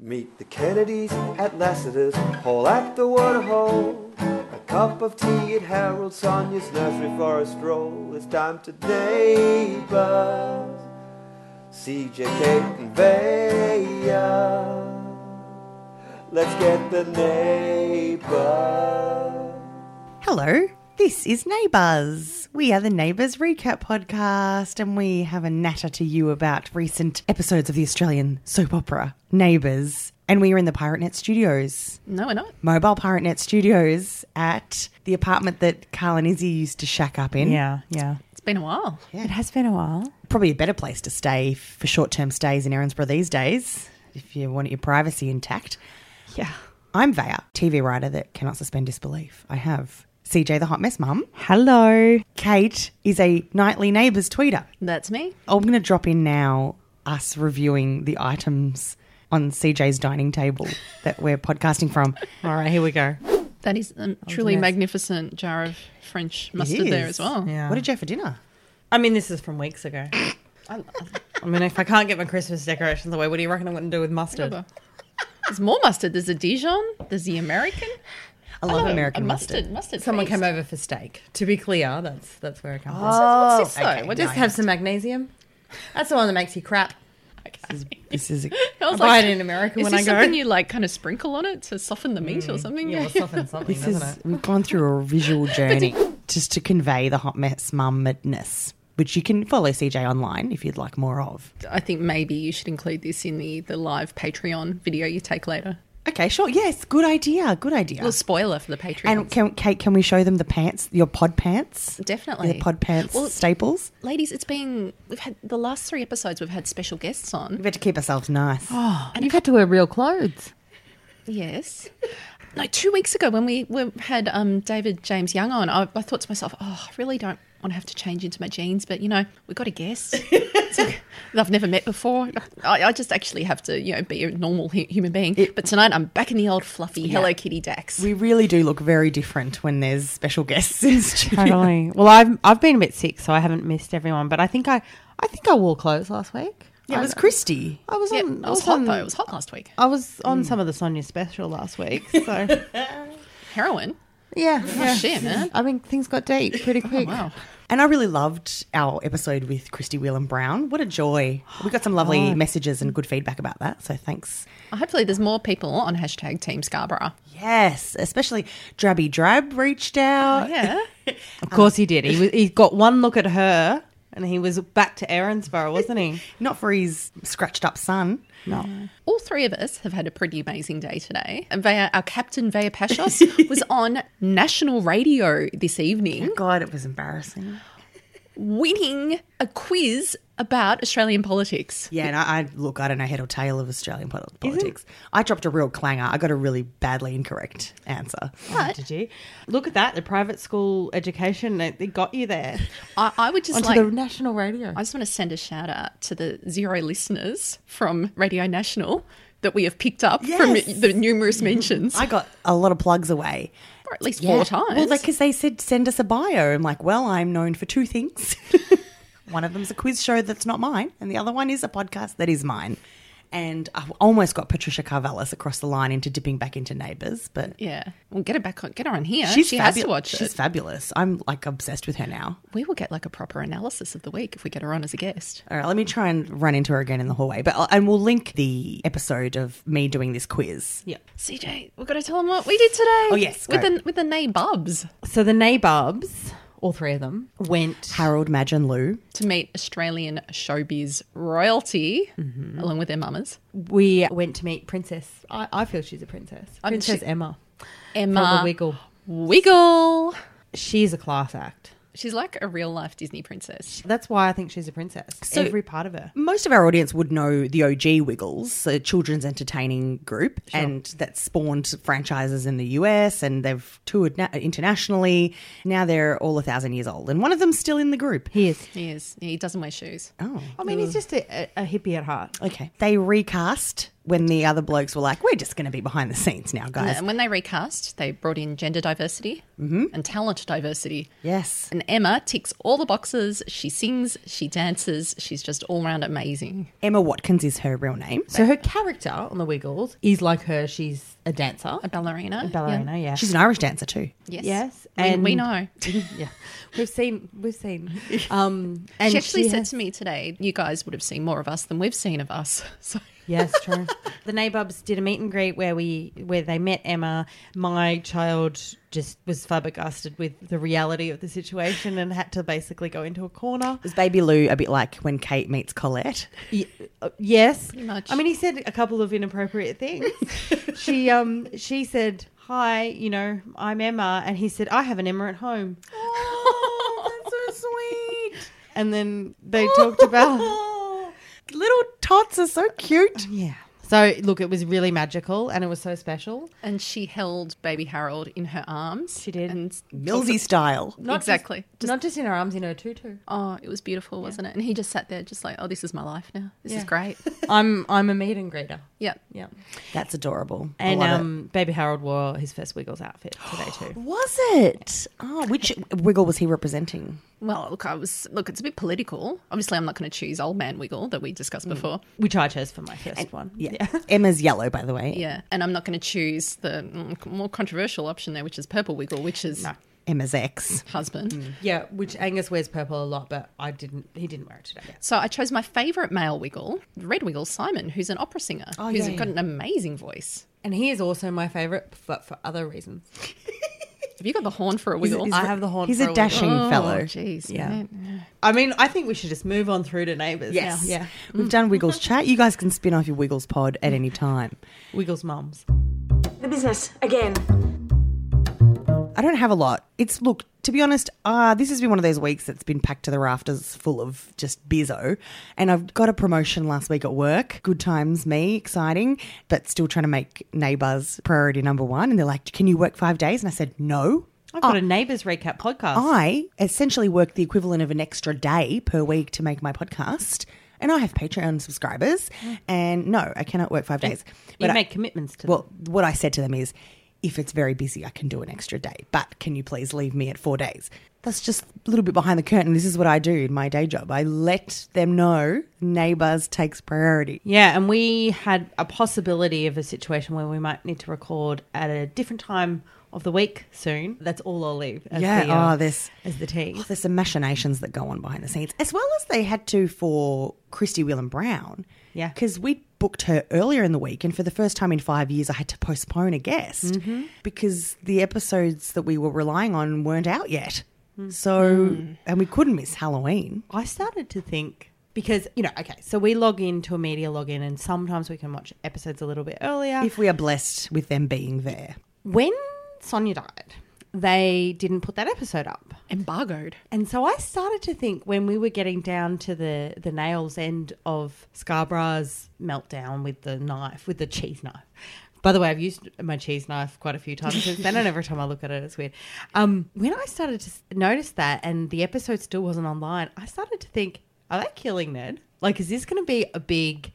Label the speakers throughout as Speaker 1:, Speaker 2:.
Speaker 1: Meet the Kennedys at Lassiter's Hall at the Waterhole. A cup of tea at Harold Sonia's nursery for a stroll. It's time to neighbors. CJ, Kate, and Bea. Let's get the neighbors.
Speaker 2: Hello, this is Neighbours. We are the Neighbours Recap Podcast, and we have a natter to you about recent episodes of the Australian soap opera, Neighbours. And we are in the PirateNet studios,
Speaker 3: No, we're not.
Speaker 2: mobile PirateNet studios at the apartment that Carl and Izzy used to shack up in.
Speaker 3: Yeah,
Speaker 2: yeah.
Speaker 3: It's been a while.
Speaker 2: It has been a while. Probably a better place to stay for short term stays in Erinsborough these days if you want your privacy intact.
Speaker 3: Yeah.
Speaker 2: I'm Vaya, TV writer that cannot suspend disbelief. I have CJ the Hot Mess Mum.
Speaker 4: Hello.
Speaker 2: Kate is a nightly neighbours tweeter.
Speaker 3: That's me.
Speaker 2: I'm going to drop in now us reviewing the items on CJ's dining table that we're podcasting from.
Speaker 4: All right, here we go.
Speaker 3: That is a truly magnificent jar of French mustard there
Speaker 2: Yes.
Speaker 3: as well.
Speaker 4: Yeah.
Speaker 2: What did you have for dinner?
Speaker 4: I mean, this is from weeks ago. I, I mean, if I can't get my Christmas decorations away, what do you reckon I'm going to do with mustard?
Speaker 3: Whatever. There's more mustard. There's a Dijon. There's the American. Oh,
Speaker 2: I love American mustard.
Speaker 3: Mustard. mustard
Speaker 4: Someone
Speaker 3: feast.
Speaker 4: came over for steak. To be clear, that's that's where it comes from. Oh,
Speaker 3: What's this though?
Speaker 2: okay.
Speaker 3: What
Speaker 4: Just
Speaker 3: is
Speaker 4: have some magnesium. That's the one that makes you crap.
Speaker 3: okay.
Speaker 2: This is
Speaker 3: I was
Speaker 4: I buy
Speaker 3: like,
Speaker 4: it in America
Speaker 3: is
Speaker 4: when
Speaker 3: this
Speaker 4: I go. Mm.
Speaker 3: something you like kind of sprinkle on it to soften the meat or something?
Speaker 4: Yeah, well, something, something,
Speaker 2: this
Speaker 4: doesn't
Speaker 2: is
Speaker 4: it?
Speaker 2: we've gone through a visual journey just to convey the hot mess mumness, which you can follow CJ online if you'd like more of.
Speaker 3: I think maybe you should include this in the, the live Patreon video you take later.
Speaker 2: Okay, sure. Yes, good idea. Good idea.
Speaker 4: Ah.
Speaker 3: Little spoiler for the Patreon.
Speaker 2: and can, Kate, can we show them the pants, your pod pants,
Speaker 3: Definitely.
Speaker 2: the pod pants
Speaker 3: Well,
Speaker 2: staples?
Speaker 3: ladies, it's been we've had the last three episodes we've had special guests on.
Speaker 2: We've had to keep ourselves nice.
Speaker 4: And you've had to wear real clothes.
Speaker 3: Yes. No, two weeks ago when we were, had um, David James Young on, I, I thought to myself, oh, I really don't want to have to change into my jeans, but you know, we've got a guest It's like, that I've never met before. I, I just actually have to, you know, be a normal hu- human being. but tonight I'm back in the old fluffy Hello Kitty Dax.
Speaker 2: We really do look very different when there's special guests in studio.
Speaker 4: Totally. Well, I've I've been a bit sick, so I haven't missed everyone. But I think I I think I wore clothes last week.
Speaker 2: Yeah, it was Christy.
Speaker 4: I was
Speaker 3: yeah, it
Speaker 4: on. I
Speaker 3: was hot though. It was hot last week.
Speaker 4: I was on some of the Sonia special last week, so
Speaker 3: Heroin.
Speaker 4: yeah, yeah.
Speaker 3: Shit, man. Oh,
Speaker 4: I mean, things got deep pretty quick.
Speaker 3: Wow.
Speaker 2: And I really loved our episode with Christy Whelan Brown. What a joy. We got some lovely messages and good feedback about that. So thanks.
Speaker 3: Hopefully there's more people on hashtag Team Scarborough.
Speaker 2: Yes, especially Drabby Drab reached out.
Speaker 3: Yeah.
Speaker 4: Of course, he did. He was, he got one look at her, and he was back to Erinsborough, wasn't he?
Speaker 2: Not for his scratched up son.
Speaker 4: No,
Speaker 3: All three of us have had a pretty amazing day today. And Vea, our captain, Vea Pashos, was on national radio this evening
Speaker 2: God, it was embarrassing.
Speaker 3: winning a quiz about Australian politics.
Speaker 2: Yeah, and I, I look, I don't know head or tail of Australian pol- politics. I dropped a real clanger. I got a really badly incorrect answer.
Speaker 3: But
Speaker 4: did you look at that? The private school education it, it got you there
Speaker 3: I, I would just
Speaker 4: onto
Speaker 3: like.
Speaker 4: the national radio.
Speaker 3: I just want to send a shout out to the zero listeners from Radio National that we have picked up
Speaker 2: Yes.
Speaker 3: from the numerous mentions,
Speaker 2: I got a lot of plugs away.
Speaker 3: or at least four times.
Speaker 2: Well, because they said send us a bio. I'm like, well, I'm known for two things. one of them's a quiz show that's not mine, and the other one is a podcast that is mine. And I almost got Patricia Carvalis across the line into dipping back into Neighbours, but
Speaker 3: yeah, well, get her back on, get her on here.
Speaker 2: she's
Speaker 3: she
Speaker 2: fabu-
Speaker 3: has to watch
Speaker 2: She's
Speaker 3: it.
Speaker 2: fabulous. I'm like obsessed with her now.
Speaker 3: we will get like a proper analysis of the week if we get her on as a guest.
Speaker 2: All right, let me try and run into her again in the hallway, but I'll, and we'll link the episode of me doing this quiz.
Speaker 4: yeah.
Speaker 3: CJ, we've got to tell them what we did today.
Speaker 2: Oh, yes,
Speaker 3: with
Speaker 2: go.
Speaker 3: the with the nabobs
Speaker 4: So the nabobs, all three of them, went.
Speaker 2: Harold, Madge, and Lou.
Speaker 3: to meet Australian showbiz royalty
Speaker 4: Mm-hmm.
Speaker 3: along with their mamas.
Speaker 4: We went to meet Princess. I, I feel she's a princess.
Speaker 3: I mean,
Speaker 4: Princess
Speaker 3: she-
Speaker 4: Emma.
Speaker 3: Emma
Speaker 4: From the Wiggle.
Speaker 3: Wiggle.
Speaker 4: She's a class act.
Speaker 3: She's like a real life Disney princess.
Speaker 4: That's why I think she's a princess.
Speaker 2: So-
Speaker 4: Every part of her.
Speaker 2: most of our audience would know the OG Wiggles, a children's entertaining group, and that spawned franchises in the US and they've toured na- internationally. Now they're all a thousand years old, and one of them's still in the group.
Speaker 4: He is.
Speaker 3: He is. He doesn't wear shoes.
Speaker 2: Oh,
Speaker 4: Mm. I mean, he's just a, a, a hippie at heart.
Speaker 2: okay. They recast when the other blokes were like, we're just going to be behind the scenes now, guys.
Speaker 3: And when they recast, they brought in gender diversity
Speaker 4: Mm-hmm.
Speaker 3: and talent diversity.
Speaker 2: Yes.
Speaker 3: And Emma ticks all the boxes. She sings, she dances, she's just all round amazing.
Speaker 2: Emma Watkins is her real name.
Speaker 4: So her character on The Wiggles is like her. She's a dancer,
Speaker 3: A ballerina.
Speaker 4: a ballerina. Yeah.
Speaker 2: She's an Irish dancer too.
Speaker 3: Yes.
Speaker 4: Yes,
Speaker 3: And we,
Speaker 4: and-
Speaker 3: know.
Speaker 4: yeah. We've seen. We've seen. Um, and
Speaker 3: she actually said
Speaker 4: has-
Speaker 3: to me today, you guys would have seen more of us than we've seen of us. So
Speaker 4: Yes, true. the Nabobs did a meet and greet where we where they met Emma. My child just was flabbergasted with the reality of the situation and had to basically go into a corner.
Speaker 2: Was Baby Lou a bit like when Kate meets Colette?
Speaker 4: Y- uh, yes,
Speaker 3: Pretty much.
Speaker 4: I mean, he said a couple of inappropriate things. she um she said. Hi, you know, I'm Emma, and he said, I have an Emma at home.
Speaker 2: Oh, that's so sweet.
Speaker 4: And then they talked about
Speaker 2: Little tots are so cute.
Speaker 4: Yeah. So look, it was really magical and it was so special.
Speaker 3: and she held baby Harold in her arms.
Speaker 4: She did.
Speaker 3: And
Speaker 2: Millsy style.
Speaker 3: exactly. Just-
Speaker 4: Not just in her arms, in her tutu.
Speaker 3: oh, it was beautiful, wasn't it? And he just sat there just like, Oh, this is my life now. This
Speaker 4: Yeah.
Speaker 3: is great.
Speaker 4: I'm I'm a meet and greeter.
Speaker 3: yeah.
Speaker 4: Yeah.
Speaker 2: That's adorable. I
Speaker 4: And
Speaker 2: love it.
Speaker 4: um, Baby Harold wore his first Wiggles outfit today too.
Speaker 2: Was it? Oh, which wiggle was he representing?
Speaker 3: Well, look, I was look, it's a bit political. Obviously I'm not gonna choose old man wiggle that we discussed before.
Speaker 4: Which I chose for my first one.
Speaker 2: Yeah. Emma's yellow, by the way.
Speaker 3: Yeah, and I'm not going to choose the mm, more controversial option there, which is Purple Wiggle, which is
Speaker 4: No.
Speaker 2: Emma's ex.
Speaker 3: husband.
Speaker 4: Yeah, which Angus wears purple a lot, but I didn't he didn't wear it today.
Speaker 3: So I chose my favourite male Wiggle, Red Wiggle Simon, who's an opera singer,
Speaker 2: Oh,
Speaker 3: who's
Speaker 2: yeah,
Speaker 3: got an amazing voice.
Speaker 4: And he is also my favourite, but for other reasons.
Speaker 3: Have you got the horn for a Wiggle?
Speaker 4: I have the horn.
Speaker 2: He's
Speaker 4: for
Speaker 2: a dashing
Speaker 4: Wiggle.
Speaker 3: oh,
Speaker 2: fellow.
Speaker 3: Jeez,
Speaker 4: Yeah.
Speaker 3: man.
Speaker 4: I mean, I think we should just move on through to neighbours.
Speaker 2: Yes.
Speaker 4: now. Yeah.
Speaker 2: We've done Wiggles chat. You guys can spin off your Wiggles pod at any time.
Speaker 4: Wiggles mums.
Speaker 5: The business again.
Speaker 2: I don't have a lot. It's look, to be honest, uh, this has been one of those weeks that's been packed to the rafters full of just bizzo. And I've got a promotion last week at work. Good times, me, exciting, but still trying to make neighbours priority number one. And they're like, Can you work five days? And I said, No.
Speaker 4: I've got a neighbours recap podcast.
Speaker 2: I essentially work the equivalent of an extra day per week to make my podcast. And I have Patreon subscribers. And no, I cannot work five days.
Speaker 4: Mm. you
Speaker 2: I-
Speaker 4: make commitments to
Speaker 2: well, what I said to them is, if it's very busy, I can do an extra day, but can you please leave me at four days? That's just a little bit behind the curtain. This is what I do in my day job. I let them know neighbours takes priority.
Speaker 4: Yeah, and we had a possibility of a situation where we might need to record at a different time of the week soon. That's all I'll leave. As
Speaker 2: Yeah,
Speaker 4: the, uh,
Speaker 2: oh, this-
Speaker 4: as the tease.
Speaker 2: Oh, there's some machinations that go on behind the scenes, as well as they had to for Christy Whelan Brown.
Speaker 4: Yeah.
Speaker 2: Because we booked her earlier in the week, and for the first time in five years, I had to postpone a guest
Speaker 4: Mm-hmm.
Speaker 2: because the episodes that we were relying on weren't out yet.
Speaker 4: Mm.
Speaker 2: So, and we couldn't miss Halloween.
Speaker 4: I started to think because you know, okay, so we log into a media login, and sometimes we can watch episodes a little bit earlier.
Speaker 2: if we are blessed with them being there.
Speaker 4: when Sonia died, they didn't put that episode up.
Speaker 3: Embargoed.
Speaker 4: And so I started to think when we were getting down to the, the nails end of Scarborough's meltdown with the knife, with the cheese knife. By the way, I've used my cheese knife quite a few times since then, and every time I look at it, it's weird. Um, when I started to s- notice that, and the episode still wasn't online, I started to think, are they killing Ned? Like, is this going to be a big,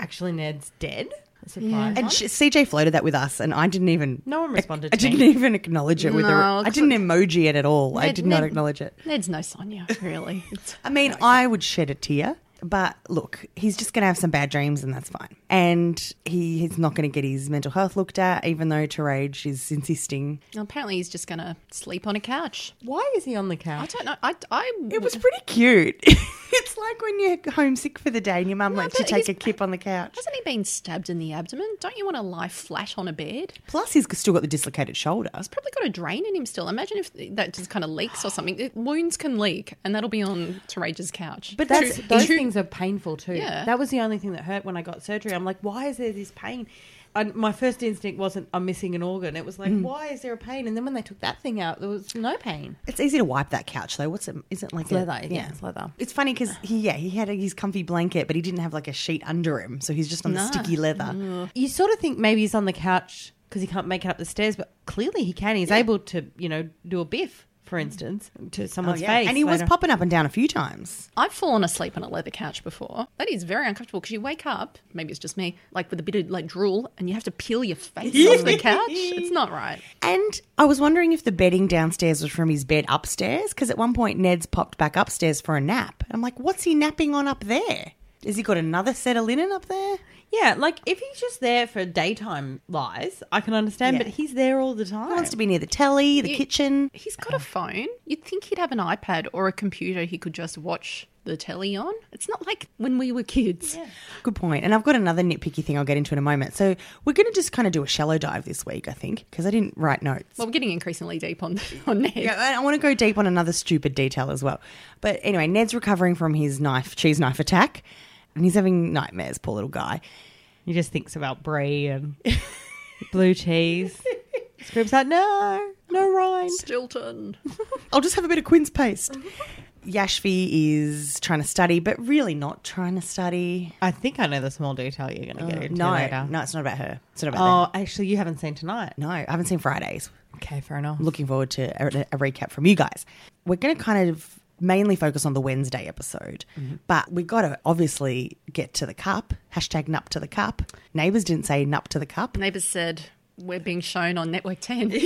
Speaker 4: actually, Ned's dead? Surprise.
Speaker 2: And sh CJ floated that with us, and I didn't even.
Speaker 4: No one responded
Speaker 2: I
Speaker 4: to me.
Speaker 2: didn't even acknowledge it with a.
Speaker 3: No,
Speaker 2: I didn't emoji it at all. I
Speaker 3: Ned-
Speaker 2: did not
Speaker 3: Ned-
Speaker 2: acknowledge it.
Speaker 3: Ned's no Sonia, really. It's-
Speaker 2: I mean, I would shed a tear, but look, he's just going to have some bad dreams, and that's fine. And he, he's not going to get his mental health looked at, even though Terage is insisting.
Speaker 3: apparently, he's just going to sleep on a couch.
Speaker 4: Why is he on the
Speaker 3: I
Speaker 4: couch?
Speaker 3: don't know. I, I
Speaker 2: It was pretty cute. it's like when you're homesick for the day and your mum lets you
Speaker 3: but
Speaker 2: take
Speaker 3: he's-
Speaker 2: a kip on the couch.
Speaker 3: Hasn't he been stabbed in the abdomen? Don't you want to lie flat on a bed?
Speaker 2: Plus, he's still got the dislocated shoulder.
Speaker 3: Probably got a drain in him still. Imagine if that just kind of leaks or something. It- wounds can leak, and that'll be on Tarage's couch.
Speaker 4: But that's,
Speaker 3: Two-
Speaker 4: those
Speaker 3: two-
Speaker 4: things are painful too.
Speaker 3: Yeah.
Speaker 4: That was the only thing that hurt when I got surgery. I'm like, why is there this pain? And my first instinct wasn't, I'm missing an organ. It was like,
Speaker 2: Mm.
Speaker 4: why is there a pain? And then when they took that thing out, there was no pain.
Speaker 2: It's easy to wipe that couch though. What's it? Is it like a-
Speaker 4: leather, yeah, it's leather.
Speaker 2: It's funny because he yeah he had a, his comfy blanket, but he didn't have like a sheet under him, so he's just on the sticky leather.
Speaker 4: You sort of think maybe he's on the couch because he can't make it up the stairs, but clearly he can. He's able to, you know, do a biff for instance, to
Speaker 2: Oh,
Speaker 4: someone's
Speaker 2: yeah.
Speaker 4: face.
Speaker 2: And he was
Speaker 4: later.
Speaker 2: popping up and down a few times.
Speaker 3: I've fallen asleep on a leather couch before. That is very uncomfortable because you wake up, maybe it's just me, like with a bit of like drool and you have to peel your face off the couch. It's not right.
Speaker 2: And I was wondering if the bedding downstairs was from his bed upstairs because at one point Ned's popped back upstairs for a nap. I'm like, what's he napping on up there? Has he got another set of linen up there?
Speaker 4: Yeah, like if he's just there for daytime lies, I can understand,
Speaker 2: Yeah.
Speaker 4: but he's there all the time.
Speaker 2: He wants to be near the telly, the kitchen.
Speaker 3: He's got a phone. You'd think he'd have an iPad or a computer he could just watch the telly on. It's not like when we were kids.
Speaker 2: Good point. And I've got another nitpicky thing I'll get into in a moment. So we're going to just kind of do a shallow dive this week, I think, because I didn't write notes.
Speaker 3: Well, we're getting increasingly deep on on Ned.
Speaker 2: Yeah, and I want to go deep on another stupid detail as well. But anyway, Ned's recovering from his knife, cheese knife attack, and he's having nightmares, poor little guy.
Speaker 4: He just thinks about brie and blue cheese. Screams out, no, no rind.
Speaker 3: Stilton.
Speaker 2: I'll just have a bit of quince paste. Yashvi is trying to study, but really not trying to study.
Speaker 4: I think I know the small detail you're going to get into
Speaker 2: No,
Speaker 4: later.
Speaker 2: no, it's not about her. It's not about
Speaker 4: Oh, actually, you haven't seen tonight.
Speaker 2: them. No, I haven't seen Fridays.
Speaker 4: Okay, fair enough.
Speaker 2: looking forward to a, a recap from you guys. We're going to kind of mainly focus on the Wednesday episode, but we got to obviously get to the cup. Hashtag nup to the cup. Neighbours didn't say nup to the cup.
Speaker 3: Neighbours said we're being shown on Network 10,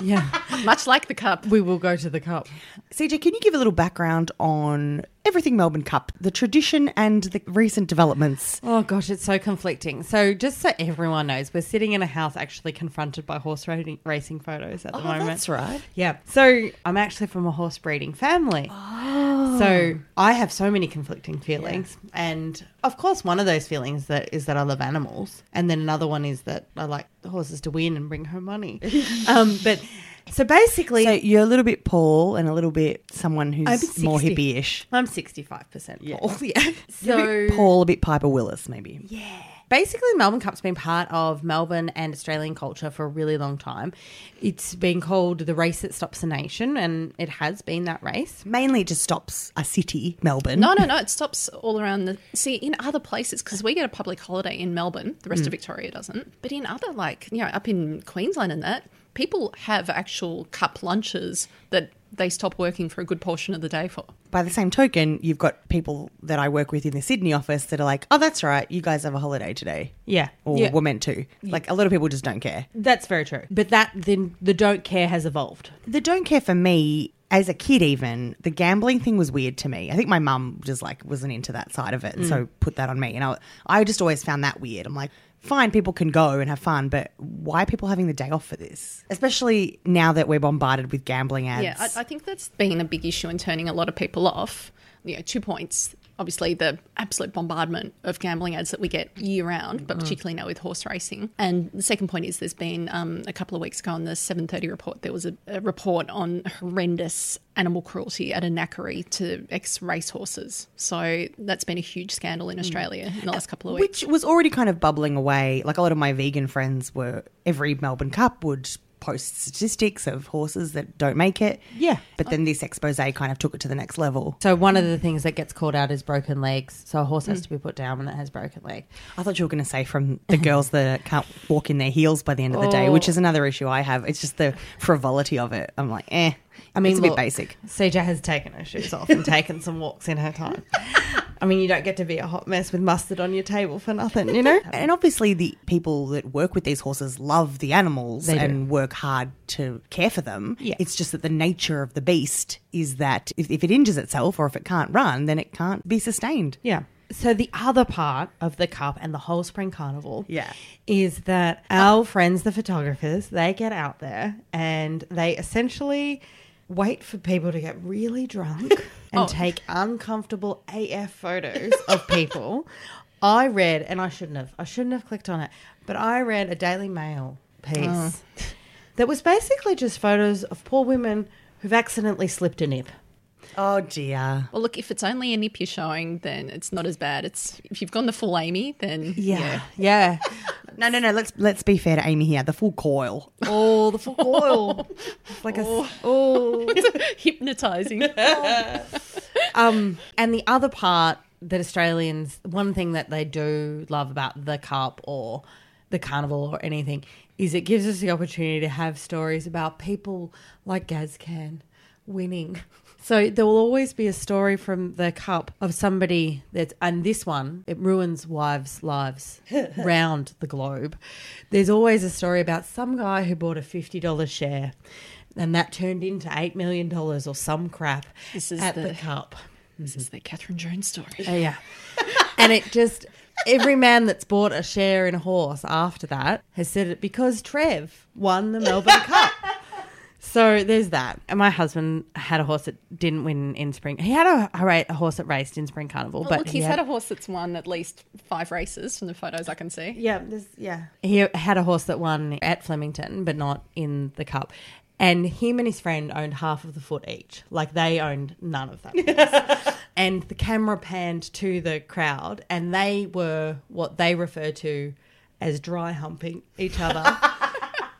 Speaker 4: Yeah,
Speaker 3: much like the cup.
Speaker 4: we will go to the cup.
Speaker 2: CJ, can you give a little background on everything Melbourne Cup, the tradition and the recent developments?
Speaker 4: Oh gosh, it's so conflicting. So, just so everyone knows, we're sitting in a house actually confronted by horse racing, racing photos at the moment.
Speaker 2: right.
Speaker 4: Yeah. So I'm actually from a horse breeding family. So I have so many conflicting feelings. And of course one of those feelings that is that I love animals. And then another one is that I like the horses to win and bring home money. um but so basically
Speaker 2: So you're a little bit Paul and a little bit someone
Speaker 4: I'm
Speaker 2: who's more
Speaker 4: 60.
Speaker 2: hippie-ish.
Speaker 4: I'm sixty five percent Paul. Yeah.
Speaker 2: A
Speaker 4: So
Speaker 2: bit Paul, a bit Piper Willis, maybe.
Speaker 4: basically Melbourne Cup's been part of Melbourne and Australian culture for a really long time. It's been called the race that stops a nation and it has been that race.
Speaker 2: Mainly it just stops a city, Melbourne.
Speaker 3: No, no, no. It stops all around the. See, in other places, because we get a public holiday in Melbourne, the rest of Victoria doesn't. But in other, like, you know, up in Queensland and that, people have actual cup lunches that they stop working for a good portion of the day for.
Speaker 2: by the same token, you've got people that I work with in the Sydney office that are like, oh, that's right, you guys have a holiday today.
Speaker 4: Yeah.
Speaker 2: Or
Speaker 4: yeah.
Speaker 2: we're meant to. Like, a lot of people just don't care.
Speaker 4: That's very true. But that then the don't care has evolved.
Speaker 2: The don't care for me, as a kid, even, the gambling thing was weird to me. I think my mum just like wasn't into that side of it. And
Speaker 3: Mm.
Speaker 2: so put that on me. And I, I just always found that weird. I'm like, fine, people can go and have fun, but why are people having the day off for this? Especially now that we're bombarded with gambling ads.
Speaker 3: Yeah, I, I think that's been a big issue in turning a lot of people off. You know, two points. Obviously, the absolute bombardment of gambling ads that we get year round, but particularly now with horse racing. And the second point is, there's been um, a couple of weeks ago on the 7:30 report, there was a, a report on horrendous animal cruelty at a knackery to ex racehorses. So that's been a huge scandal in Australia in the last couple of weeks.
Speaker 2: which was already kind of bubbling away. Like a lot of my vegan friends were every Melbourne Cup would post statistics of horses that don't make it.
Speaker 4: Yeah.
Speaker 2: But then this expose kind of took it to the next level.
Speaker 4: So one of the things that gets called out is broken legs. So a horse has to be put down when it has broken leg.
Speaker 2: I thought you were going to say from the girls that can't walk in their heels by the end of the day, which is another issue I have. It's just the frivolity of it. I'm like, eh.
Speaker 4: I mean,
Speaker 2: it's a
Speaker 4: look,
Speaker 2: bit basic.
Speaker 4: CJ has taken her shoes off and taken some walks in her time. I mean, you don't get to be a hot mess with mustard on your table for nothing, you know.
Speaker 2: And obviously, the people that work with these horses love the animals
Speaker 4: They do.
Speaker 2: and work hard to care for them.
Speaker 4: Yeah.
Speaker 2: It's just that the nature of the beast is that if, if it injures itself or if it can't run, then it can't be sustained.
Speaker 4: Yeah. So the other part of the cup and the whole spring carnival,
Speaker 2: Yeah.
Speaker 4: is that our friends, the photographers, they get out there and they essentially wait for people to get really drunk and take uncomfortable AF photos of people. I read, and I shouldn't have, I shouldn't have clicked on it, but I read a Daily Mail piece that was basically just photos of poor women who've accidentally slipped a nip.
Speaker 2: Oh, dear.
Speaker 3: Well, look, if it's only a nip you're showing, then it's not as bad. It's if you've gone the full Amy, then
Speaker 4: Yeah. Yeah.
Speaker 2: No, no, no. Let's let's be fair to Amy here. The full coil.
Speaker 4: Oh, the full oil. It's like a s- oh.
Speaker 3: hypnotizing.
Speaker 4: Um, and the other part that Australians, one thing that they do love about the cup or the carnival or anything is it gives us the opportunity to have stories about people like Gaz Can winning. So there will always be a story from the cup of somebody that's, and this one, it ruins wives' lives round the globe. There's always a story about some guy who bought a $50 share and that turned into $8 million or some crap
Speaker 3: This is
Speaker 4: at the,
Speaker 3: the-
Speaker 4: cup.
Speaker 3: This
Speaker 4: Mm-hmm.
Speaker 3: is the Catherine Jones story.
Speaker 4: Oh, yeah. and it just, every man that's bought a share in a horse after that has said it because Trev won the Melbourne Cup. So there's that. And my husband had a horse that didn't win in spring. He had a, a, ra- a horse that raced in spring carnival,
Speaker 3: Well,
Speaker 4: but
Speaker 3: look,
Speaker 4: he
Speaker 3: he's had a horse that's won at least five races from the photos I can see.
Speaker 4: yeah, this, yeah. He had a horse that won at Flemington, but not in the cup. And him and his friend owned half of the foot each. Like they owned none of that. horse. and the camera panned to the crowd, and they were what they refer to as dry humping each other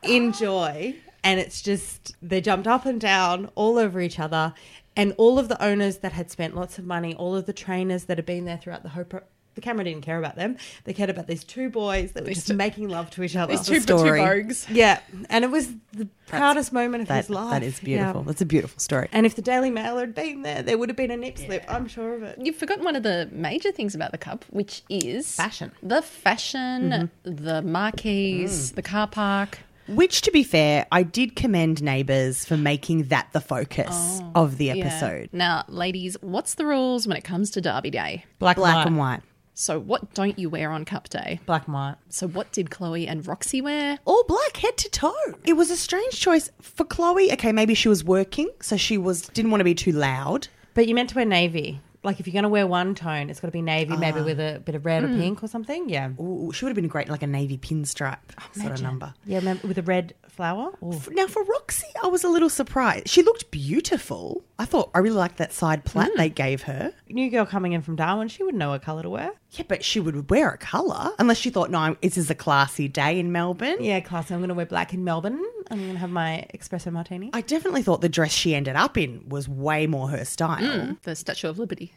Speaker 4: in joy. And it's just, they jumped up and down all over each other. And all of the owners that had spent lots of money, all of the trainers that had been there throughout the whole. Pro- the camera didn't care about them. They cared about these two boys that were just
Speaker 3: two-
Speaker 4: making love to each other.
Speaker 3: These two, two
Speaker 2: story.
Speaker 3: bogues.
Speaker 4: Yeah. And it was the proudest moment of
Speaker 2: That,
Speaker 4: his life.
Speaker 2: that is
Speaker 4: Yeah.
Speaker 2: beautiful. That's a beautiful story.
Speaker 4: And if the Daily Mail had been there, there would have been a nip slip. I'm sure of it.
Speaker 3: You've forgotten one of the major things about the cup, which is
Speaker 4: Fashion. Mm-hmm.
Speaker 3: The fashion, the
Speaker 4: Mm.
Speaker 3: marquees, the car park.
Speaker 2: Which, to be fair, I did commend Neighbours for making that the focus of the
Speaker 3: Yeah.
Speaker 2: episode.
Speaker 3: Now, ladies, what's the rules when it comes to Derby Day?
Speaker 4: Black,
Speaker 2: Black
Speaker 4: and
Speaker 2: and
Speaker 4: white.
Speaker 2: white.
Speaker 3: So, what don't you wear on Cup Day?
Speaker 4: Black and white.
Speaker 3: So, what did Chloe and Roxy wear?
Speaker 2: All black, head to toe. It was a strange choice for Chloe. Okay, maybe she was working, so she was didn't want to be too loud.
Speaker 4: But you meant to wear navy. Like if you're going to wear one tone, it's got to be navy, maybe with a bit of red or pink or something. Yeah.
Speaker 2: Ooh, she would have been great in like a navy pinstripe sort of number.
Speaker 4: Yeah, mem- with a red flower. Ooh.
Speaker 2: Now for Roxy, I was a little surprised. She looked beautiful. I thought I really liked that side plait they gave her.
Speaker 4: New girl coming in from Darwin, she wouldn't know what colour to wear.
Speaker 2: Yeah, but she would wear a colour unless she thought, no, I'm, this is a classy day in Melbourne.
Speaker 4: Yeah, classy. I'm going to wear black in Melbourne. I'm going to have my espresso martini.
Speaker 2: I definitely thought the dress she ended up in was way more her style.
Speaker 3: The Statue of Liberty.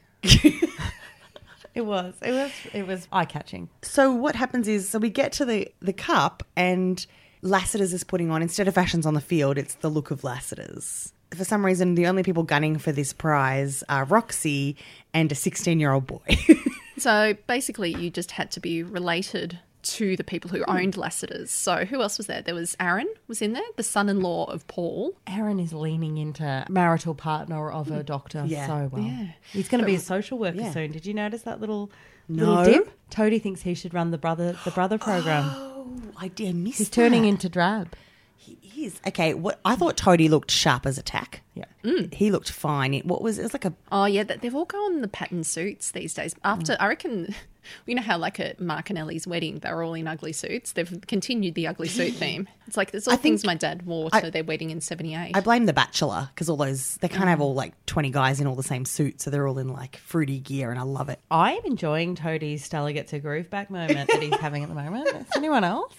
Speaker 4: It was, it was, it was eye catching.
Speaker 2: So what happens is, so we get to the the cup, and Lassiter's is putting on instead of fashions on the field, it's the look of Lassiter's. For some reason, the only people gunning for this prize are Roxy and a sixteen-year-old boy.
Speaker 3: So, basically, you just had to be related to the people
Speaker 4: Hmm.
Speaker 3: who owned Lassiter's. So, who else was there? There was Aaron was in there, the son-in-law of Paul.
Speaker 4: Aaron is leaning into marital partner of a doctor
Speaker 2: Yeah.
Speaker 4: so well. He's going to be a social worker soon. Did you notice that little
Speaker 2: No. Oh,
Speaker 4: little dip? Toadie thinks he should run the brother the brother program.
Speaker 2: I did miss.
Speaker 4: He's turning into drab.
Speaker 2: He is okay. What I thought Toadie looked sharp as a tack.
Speaker 4: Yeah.
Speaker 2: he looked fine. It, what was it was like a
Speaker 3: Oh yeah, that they've all gone the pattern suits these days. After I reckon, you know how like at Markinelli's wedding, they were all in ugly suits. They've continued the ugly suit theme. It's like there's all things my dad wore to their wedding in '78.
Speaker 2: I blame The Bachelor because all those they can't have all like twenty guys in all the same suit, so they're all in like fruity gear, and I love it.
Speaker 4: I am enjoying Toadie's Stella gets her groove back moment that he's having at the moment. Is anyone else?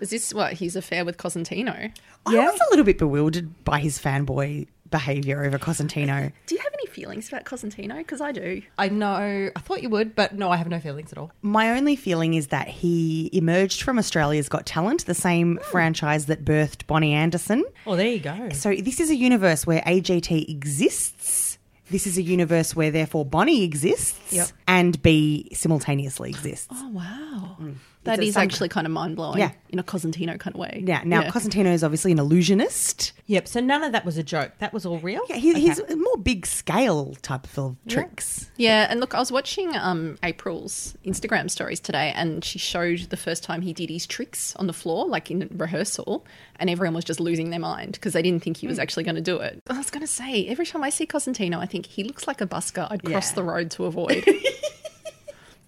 Speaker 3: Is this what his affair with Cosentino?
Speaker 2: I was a little bit bewildered by his fanboy behavior over Cosentino.
Speaker 3: Do you have any feelings about Cosentino? Because I do.
Speaker 4: I know. I thought you would, but no, I have no feelings at all.
Speaker 2: My only feeling is that he emerged from Australia's Got Talent, the same franchise that birthed Bonnie Anderson.
Speaker 4: Oh, there you go.
Speaker 2: So this is a universe where AGT exists. This is a universe where therefore Bonnie exists
Speaker 4: Yep.
Speaker 2: and B simultaneously exists.
Speaker 3: Oh wow, that
Speaker 2: It's
Speaker 3: is
Speaker 2: assumption.
Speaker 3: actually kind of mind blowing.
Speaker 2: Yeah.
Speaker 3: in a Cosentino kind of way.
Speaker 2: Yeah. Now
Speaker 3: yeah.
Speaker 2: Cosentino is obviously an illusionist.
Speaker 4: Yep. So none of that was a joke. That was all real.
Speaker 2: Yeah, he,
Speaker 4: Okay.
Speaker 2: he's more big scale type of tricks.
Speaker 3: Yeah, and look, I was watching um, April's Instagram stories today, and she showed the first time he did his tricks on the floor, like in rehearsal, and everyone was just losing their mind because they didn't think he
Speaker 2: Hmm.
Speaker 3: was actually going to do it. I was going to say, every time I see Cosentino, I think he looks like a busker I'd cross
Speaker 2: Yeah.
Speaker 3: the road to avoid.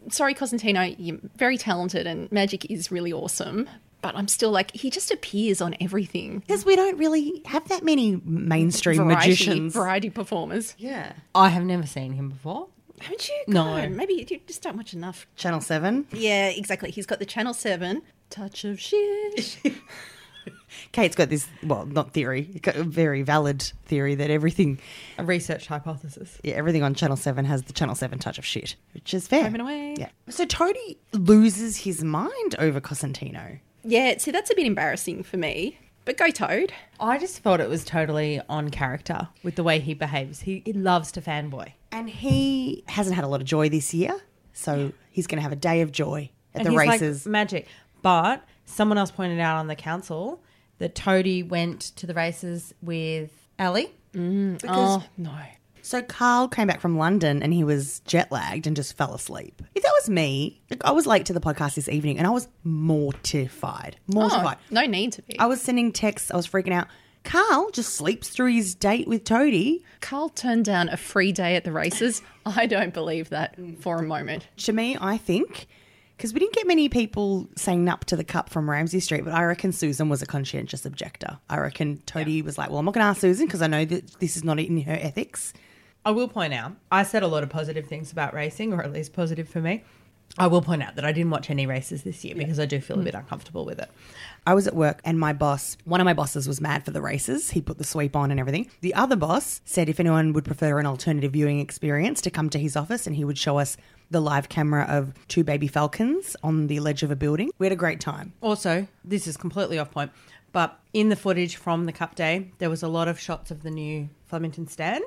Speaker 3: Sorry, Cosentino, you're very talented, and magic is really awesome. But I'm still like, he just appears on everything.
Speaker 2: Because we don't really have that many mainstream magicians.
Speaker 3: variety performers.
Speaker 2: Yeah.
Speaker 4: I have never seen him before.
Speaker 3: Haven't you?
Speaker 4: No.
Speaker 3: God, Maybe you just don't watch enough
Speaker 2: Channel 7.
Speaker 3: Yeah, exactly. He's got the Channel 7 touch of shit.
Speaker 2: Kate's got this, well, not theory, got a very valid theory that everything
Speaker 4: A research hypothesis.
Speaker 2: yeah, everything on Channel 7 has the Channel 7 touch of shit, which is fair.
Speaker 3: and away.
Speaker 2: Yeah. So Toadie loses his mind over Cosentino.
Speaker 3: yeah, see, that's a bit embarrassing for me But go Toad.
Speaker 4: I just thought it was totally on character with the way he behaves. He, he loves to fanboy.
Speaker 2: And he hasn't had a lot of joy this year, so he's going to have a day of joy at
Speaker 4: And
Speaker 2: the
Speaker 4: he's like
Speaker 2: races.
Speaker 4: magic. But someone else pointed out on the council that Toadie went to the races with Ellie.
Speaker 3: Oh no.
Speaker 2: so Carl came back from London and he was jet lagged and just fell asleep. If that was me, like, I was late to the podcast this evening and I was mortified.
Speaker 3: Oh,
Speaker 2: Mortified.
Speaker 3: no need to be.
Speaker 4: Oh.
Speaker 2: I was sending texts. I was freaking out. Carl just sleeps through his date with Toadie.
Speaker 3: Carl turned down a free day at the races. I don't believe that
Speaker 4: Mm.
Speaker 3: for a moment.
Speaker 2: To me, I think, because we didn't get many people saying nup to the cup from Ramsey Street, but I reckon Susan was a conscientious objector. I reckon Toadie was like, well, I'm not going to ask Susan because I know that this is not in her ethics.
Speaker 4: I will point out, I said a lot of positive things about racing, or at least positive for me. I will point out that I didn't watch any races this year because I do feel a bit uncomfortable with it.
Speaker 2: I was at work and my boss, one of my bosses was mad for the races. He put the sweep on and everything. The other boss said if anyone would prefer an alternative viewing experience to come to his office and he would show us the live camera of two baby falcons on the ledge of a building. We had a great time.
Speaker 4: Also, this is completely off point, but in the footage from the Cup Day, there was a lot of shots of the new Flemington stand.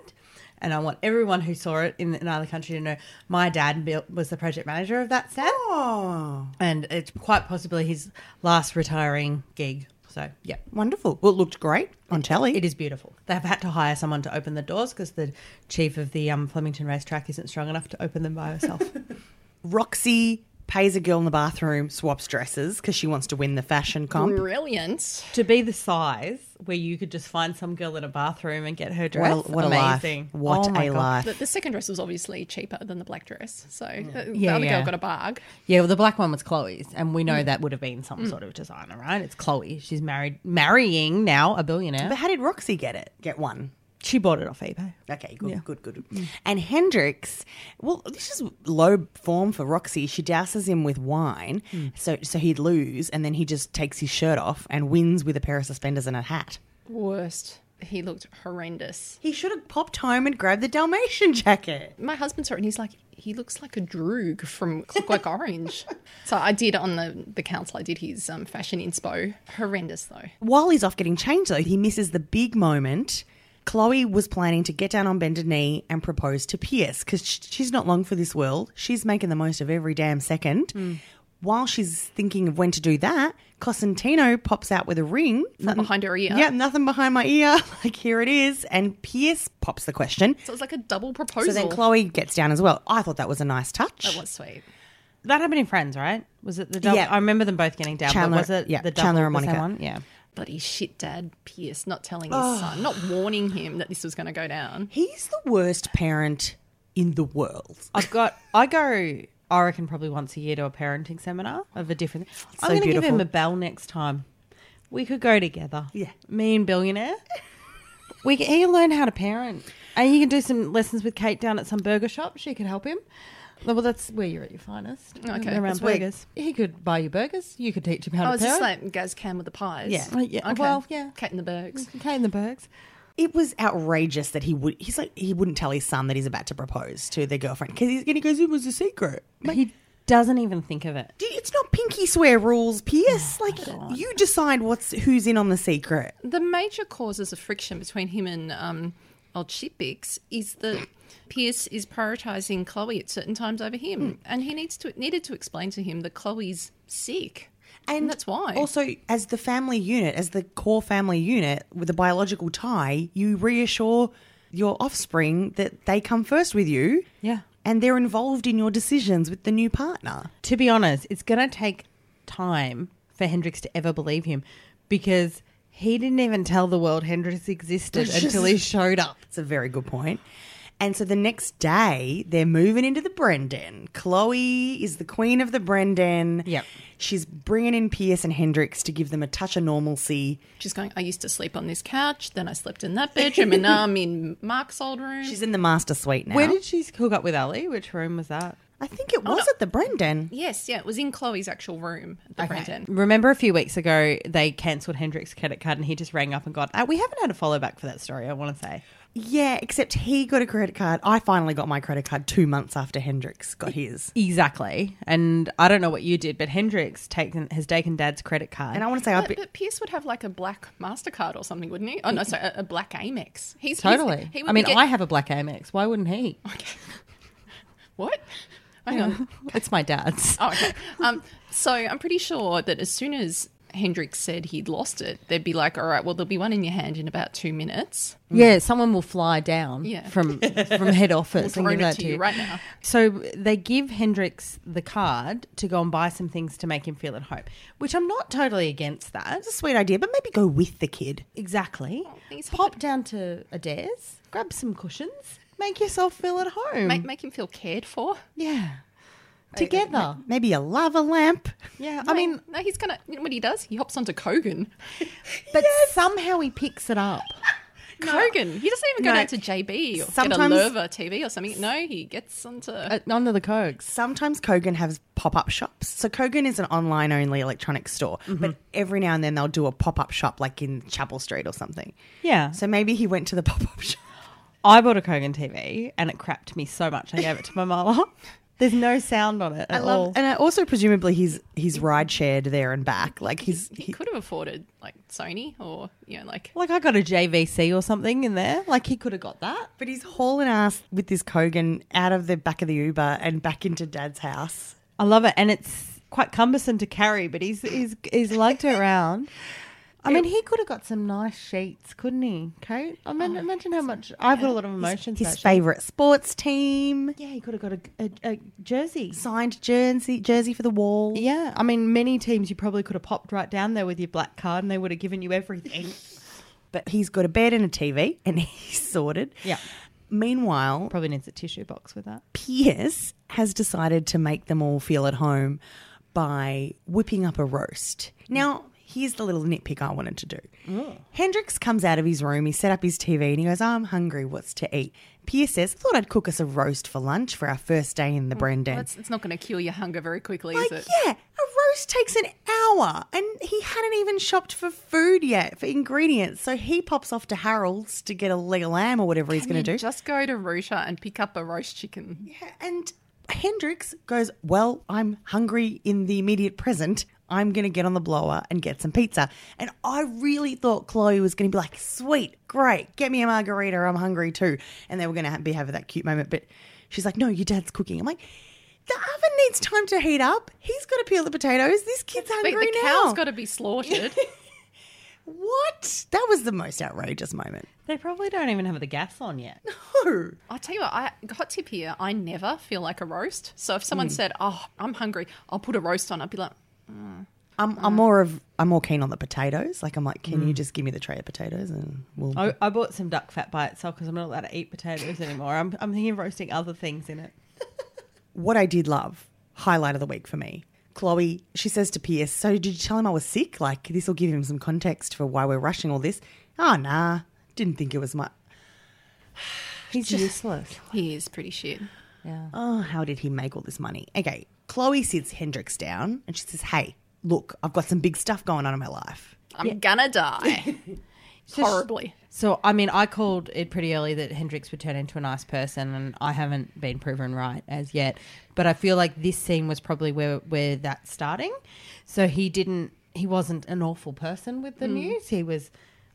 Speaker 4: And I want everyone who saw it in another country to know my dad built, was the project manager of that stand.
Speaker 2: Oh,
Speaker 4: And it's quite possibly his last retiring gig. So, yeah,
Speaker 2: wonderful. Well, it looked great on telly.
Speaker 4: it is beautiful. They've had to hire someone to open the doors because the chief of the um, Flemington racetrack isn't strong enough to open them by herself.
Speaker 2: Roxy pays a girl in the bathroom, swaps dresses because she wants to win the fashion comp.
Speaker 3: Brilliant.
Speaker 4: to be the size where you could just find some girl in a bathroom and get her
Speaker 2: What
Speaker 4: dressed.
Speaker 2: a, what a life.
Speaker 4: Amazing.
Speaker 2: What
Speaker 4: Oh my
Speaker 2: a
Speaker 4: God.
Speaker 2: life.
Speaker 3: The, the second dress was obviously cheaper than the black dress, so uh, the, the
Speaker 4: Yeah,
Speaker 3: other
Speaker 4: yeah.
Speaker 3: girl got a barg.
Speaker 4: Yeah, well, the black one was Chloe's, and we know
Speaker 2: Mm.
Speaker 4: that would have been some sort of designer, right? It's Chloe. She's married, marrying now a billionaire.
Speaker 2: But how did Roxy get it? Get one.
Speaker 4: she bought it off eBay.
Speaker 2: Okay, good, good, good. And Hendrix, well, this is low form for Roxy. She douses him with wine, so so he'd lose, and then he just takes his shirt off and wins with a pair of suspenders and a hat.
Speaker 3: Worst. He looked horrendous.
Speaker 2: He should have popped home and grabbed the Dalmatian jacket.
Speaker 3: My husband saw it and he's like, he looks like a droog from Clockwork Orange. So I did on the, the council, I did his um, fashion inspo. Horrendous though.
Speaker 2: While he's off getting changed, though, he misses the big moment. Chloe was planning to get down on bended knee and propose to Pierce because she's not long for this world. She's making the most of every damn second.
Speaker 3: Hmm.
Speaker 2: While she's thinking of when to do that, Cosentino pops out with a ring from
Speaker 3: behind her ear.
Speaker 2: Mm-hmm. Yeah, nothing behind my ear. Like here it is, and Pierce pops the question.
Speaker 3: So it was like a double proposal.
Speaker 2: So then Chloe gets down as well. I thought that was a nice touch.
Speaker 3: That was sweet.
Speaker 4: That happened in Friends, right? Was it the double?
Speaker 2: Yeah.
Speaker 4: I remember them both getting down.
Speaker 2: Chandler-
Speaker 4: but was it
Speaker 2: yeah,
Speaker 4: the double,
Speaker 2: Chandler and
Speaker 4: the same
Speaker 2: Monica.
Speaker 4: one? Yeah.
Speaker 3: Bloody shit, Dad Pierce, not telling his son, not warning him that this was going to go down.
Speaker 2: He's the worst parent in the world.
Speaker 4: I've got. I go. I reckon probably once a year to a parenting seminar of a different. I'm
Speaker 2: so
Speaker 4: going to give
Speaker 2: beautiful.
Speaker 4: him a bell next time. We could go together.
Speaker 2: Yeah.
Speaker 4: me and billionaire. we can, he can learn how to parent, and he can do some lessons with Kate down at some burger shop. She could help him. Well, that's where you're at your finest.
Speaker 3: Okay,
Speaker 4: around
Speaker 3: that's Oh, where-
Speaker 4: burgers. He could buy you burgers. You could teach him how
Speaker 3: I
Speaker 4: to
Speaker 3: was
Speaker 4: parent.
Speaker 3: just like Gaz Cam with the pies.
Speaker 4: Yeah. Uh, yeah,
Speaker 3: Okay.
Speaker 4: well, yeah.
Speaker 3: Kate and the Bergs.
Speaker 4: Kate and the burgers.
Speaker 2: it was outrageous that he would he's like he wouldn't tell his son that he's about to propose to their girlfriend because he's and he goes it was a secret
Speaker 4: But he doesn't even think of it.
Speaker 2: Dude, it's not pinky swear rules pierce like you decide what's who's in on the secret
Speaker 3: The major causes of friction between him and um, old Shitbix is that Pierce is prioritizing Chloe at certain times over him, and he needs to needed to explain to him that Chloe's sick, and, that's why.
Speaker 2: also as the family unit as the core family unit with a biological tie you reassure your offspring that they come first with you
Speaker 4: Yeah.
Speaker 2: and they're involved in your decisions with the new partner
Speaker 4: to be honest, it's going to take time for Hendrix to ever believe him because he didn't even tell the world Hendrix existed until he showed up.
Speaker 2: It's a very good point. And so the next day, they're moving into the Brendan. Chloe is the queen of the Brendan.
Speaker 4: Yep.
Speaker 2: She's bringing in Pierce and Hendrix to give them a touch of normalcy.
Speaker 3: She's going. I used to sleep on this couch, then I slept in that bedroom, and now I'm in Mark's old room.
Speaker 2: She's in the master suite now.
Speaker 4: Where did she hook up with Ali? Which room was that?
Speaker 2: I think it was at the Brendan.
Speaker 3: yes, yeah, it was in Chloe's actual room at the Brenton.
Speaker 4: Remember a few weeks ago they cancelled Hendrix's credit card and he just rang up and got. Uh, we haven't had a follow back for that story. I want to say
Speaker 2: Yeah, except he got a credit card. I finally got my credit card two months after Hendrix got his.
Speaker 4: Exactly. And I don't know what you did, but Hendrix taken has taken dad's credit card.
Speaker 2: And I want to say, I've
Speaker 3: But,
Speaker 2: been,
Speaker 3: but Pierce would have like a black Mastercard or something, wouldn't he? Oh no, sorry, a, a black Amex. He's he's-
Speaker 4: totally.
Speaker 3: he would
Speaker 4: I mean,
Speaker 3: get-
Speaker 4: I have a black Amex. Why wouldn't he?
Speaker 3: what? Hang on.
Speaker 4: It's my dad's.
Speaker 3: Oh, okay. Um, so I'm pretty sure that as soon as Hendrix said he'd lost it, they'd be like, "All right, well, there'll be one in your hand in about two minutes."
Speaker 4: Yeah, someone will fly down
Speaker 3: Mm. Yeah.
Speaker 4: from from head office and
Speaker 3: Thrown
Speaker 4: give
Speaker 3: it
Speaker 4: that Mm.
Speaker 3: to you right now.
Speaker 4: So they give Hendrix the card to go and buy some things to make him feel at home, which I'm not totally against that.
Speaker 2: it's a sweet idea, but maybe go with the kid.
Speaker 4: Exactly.
Speaker 3: these
Speaker 4: Pop down to Adairs, grab some cushions, make yourself feel at home.
Speaker 3: Make make him feel cared for.
Speaker 4: yeah. Together.
Speaker 2: Maybe a lava lamp.
Speaker 4: Yeah. I mean,
Speaker 3: no, he's gonna. You know what he does? He hops onto Kogan.
Speaker 4: but somehow he picks it up.
Speaker 3: Kogan. He doesn't even go
Speaker 2: No.
Speaker 3: down to JB or get
Speaker 2: Sometimes-
Speaker 3: a Lerva TV or something. No, he gets onto.
Speaker 4: Uh, under the Cokes.
Speaker 2: Sometimes Kogan has pop up shops. So Kogan is an online only electronics store,
Speaker 4: Mm-hmm.
Speaker 2: but every now and then they'll do a pop up shop like in Chapel Street or something.
Speaker 4: Yeah.
Speaker 2: So maybe he went to the pop up shop.
Speaker 4: I bought a Kogan TV and it crapped me so much I gave it to my mother. There's no sound on it at
Speaker 2: I love,
Speaker 4: all.
Speaker 2: and I also presumably he's he's ride shared there and back. Like he's
Speaker 3: he could have afforded like Sony or you know like
Speaker 4: Like I got a JVC or something in there. Like he could have got that.
Speaker 2: But he's hauling ass with this Kogan out of the back of the Uber and back into Dad's house.
Speaker 4: I love it, and it's quite cumbersome to carry. But he's he's he's lugged it around. I mean, he could have got some nice sheets, couldn't he, Kate? I mean, imagine how much I've got a lot of emotions.
Speaker 2: His
Speaker 4: actually.
Speaker 2: favourite sports team,
Speaker 4: yeah, he could have got a, a, a jersey.
Speaker 2: signed jersey, jersey for the wall.
Speaker 4: Yeah, I mean, many teams you probably could have popped right down there with your black card, and they would have given you everything.
Speaker 2: But he's got a bed and a TV, and he's sorted.
Speaker 4: Yeah.
Speaker 2: Meanwhile,
Speaker 4: Probably needs a tissue box with that.
Speaker 2: Pierce has decided to make them all feel at home by whipping up a roast. Now, here's the little nitpick I wanted to do.
Speaker 3: Mm.
Speaker 2: Hendrix comes out of his room, he set up his TV, and he goes, I'm hungry, what's to eat? Pierce says, Thought I'd cook us a roast for lunch for our first day in the Brendan.
Speaker 3: that's it's not going to cure your hunger very quickly,
Speaker 2: like,
Speaker 3: is Mm, it?
Speaker 2: yeah, a roast takes an hour, and he hadn't even shopped for food yet, for ingredients. So he pops off to Harold's to get a leg of lamb or whatever he's
Speaker 3: Can
Speaker 2: going to
Speaker 3: you
Speaker 2: do.
Speaker 3: Just go to Rusha and pick up a roast chicken.
Speaker 2: Yeah, and Hendrix goes, Well, I'm hungry in the immediate present. I'm going to get on the blower and get some pizza. And I really thought Chloe was going to be like, Sweet, great, get me a margarita. I'm hungry too. And they were going to be having that cute moment. But she's like, No, your dad's cooking. I'm like, The oven needs time to heat up. He's got to peel the potatoes. This kid's
Speaker 3: Wait,
Speaker 2: hungry
Speaker 3: the
Speaker 2: now.
Speaker 3: cow's got to be slaughtered.
Speaker 2: what? That was the most outrageous moment.
Speaker 4: They probably don't even have the gas on yet.
Speaker 2: No.
Speaker 3: I'll tell you what, I hot tip here. I never feel like a roast. So if
Speaker 4: Hmm.
Speaker 3: someone said, "Oh, I'm hungry," I'll put a roast on. I'd be like,
Speaker 2: I'm,
Speaker 3: Uh.
Speaker 2: I'm more of I'm more keen on the potatoes. Like I'm like, can
Speaker 3: Mm.
Speaker 2: you just give me the tray of potatoes and we'll
Speaker 4: I, I bought some duck fat by itself because I'm not allowed to eat potatoes anymore. I'm, I'm thinking of roasting other things in it.
Speaker 2: what I did love, highlight of the week for me. Chloe, she says to Pierce, So did you tell him I was sick? Like, this will give him some context for why we're rushing all this. Oh, nah, didn't think it was my.
Speaker 4: He's useless.
Speaker 3: "He is pretty shit."
Speaker 4: Yeah.
Speaker 2: Oh, how did he make all this money? Okay, Chloe sits Hendrix down and she says, Hey, look, I've got some big stuff going on in my life.
Speaker 3: I'm gonna die horribly.
Speaker 4: So, I mean, I called it pretty early that Hendrix would turn into a nice person, and I haven't been proven right as yet. But I feel like this scene was probably where, where that's starting. So he didn't, he wasn't an awful person with the news. He was,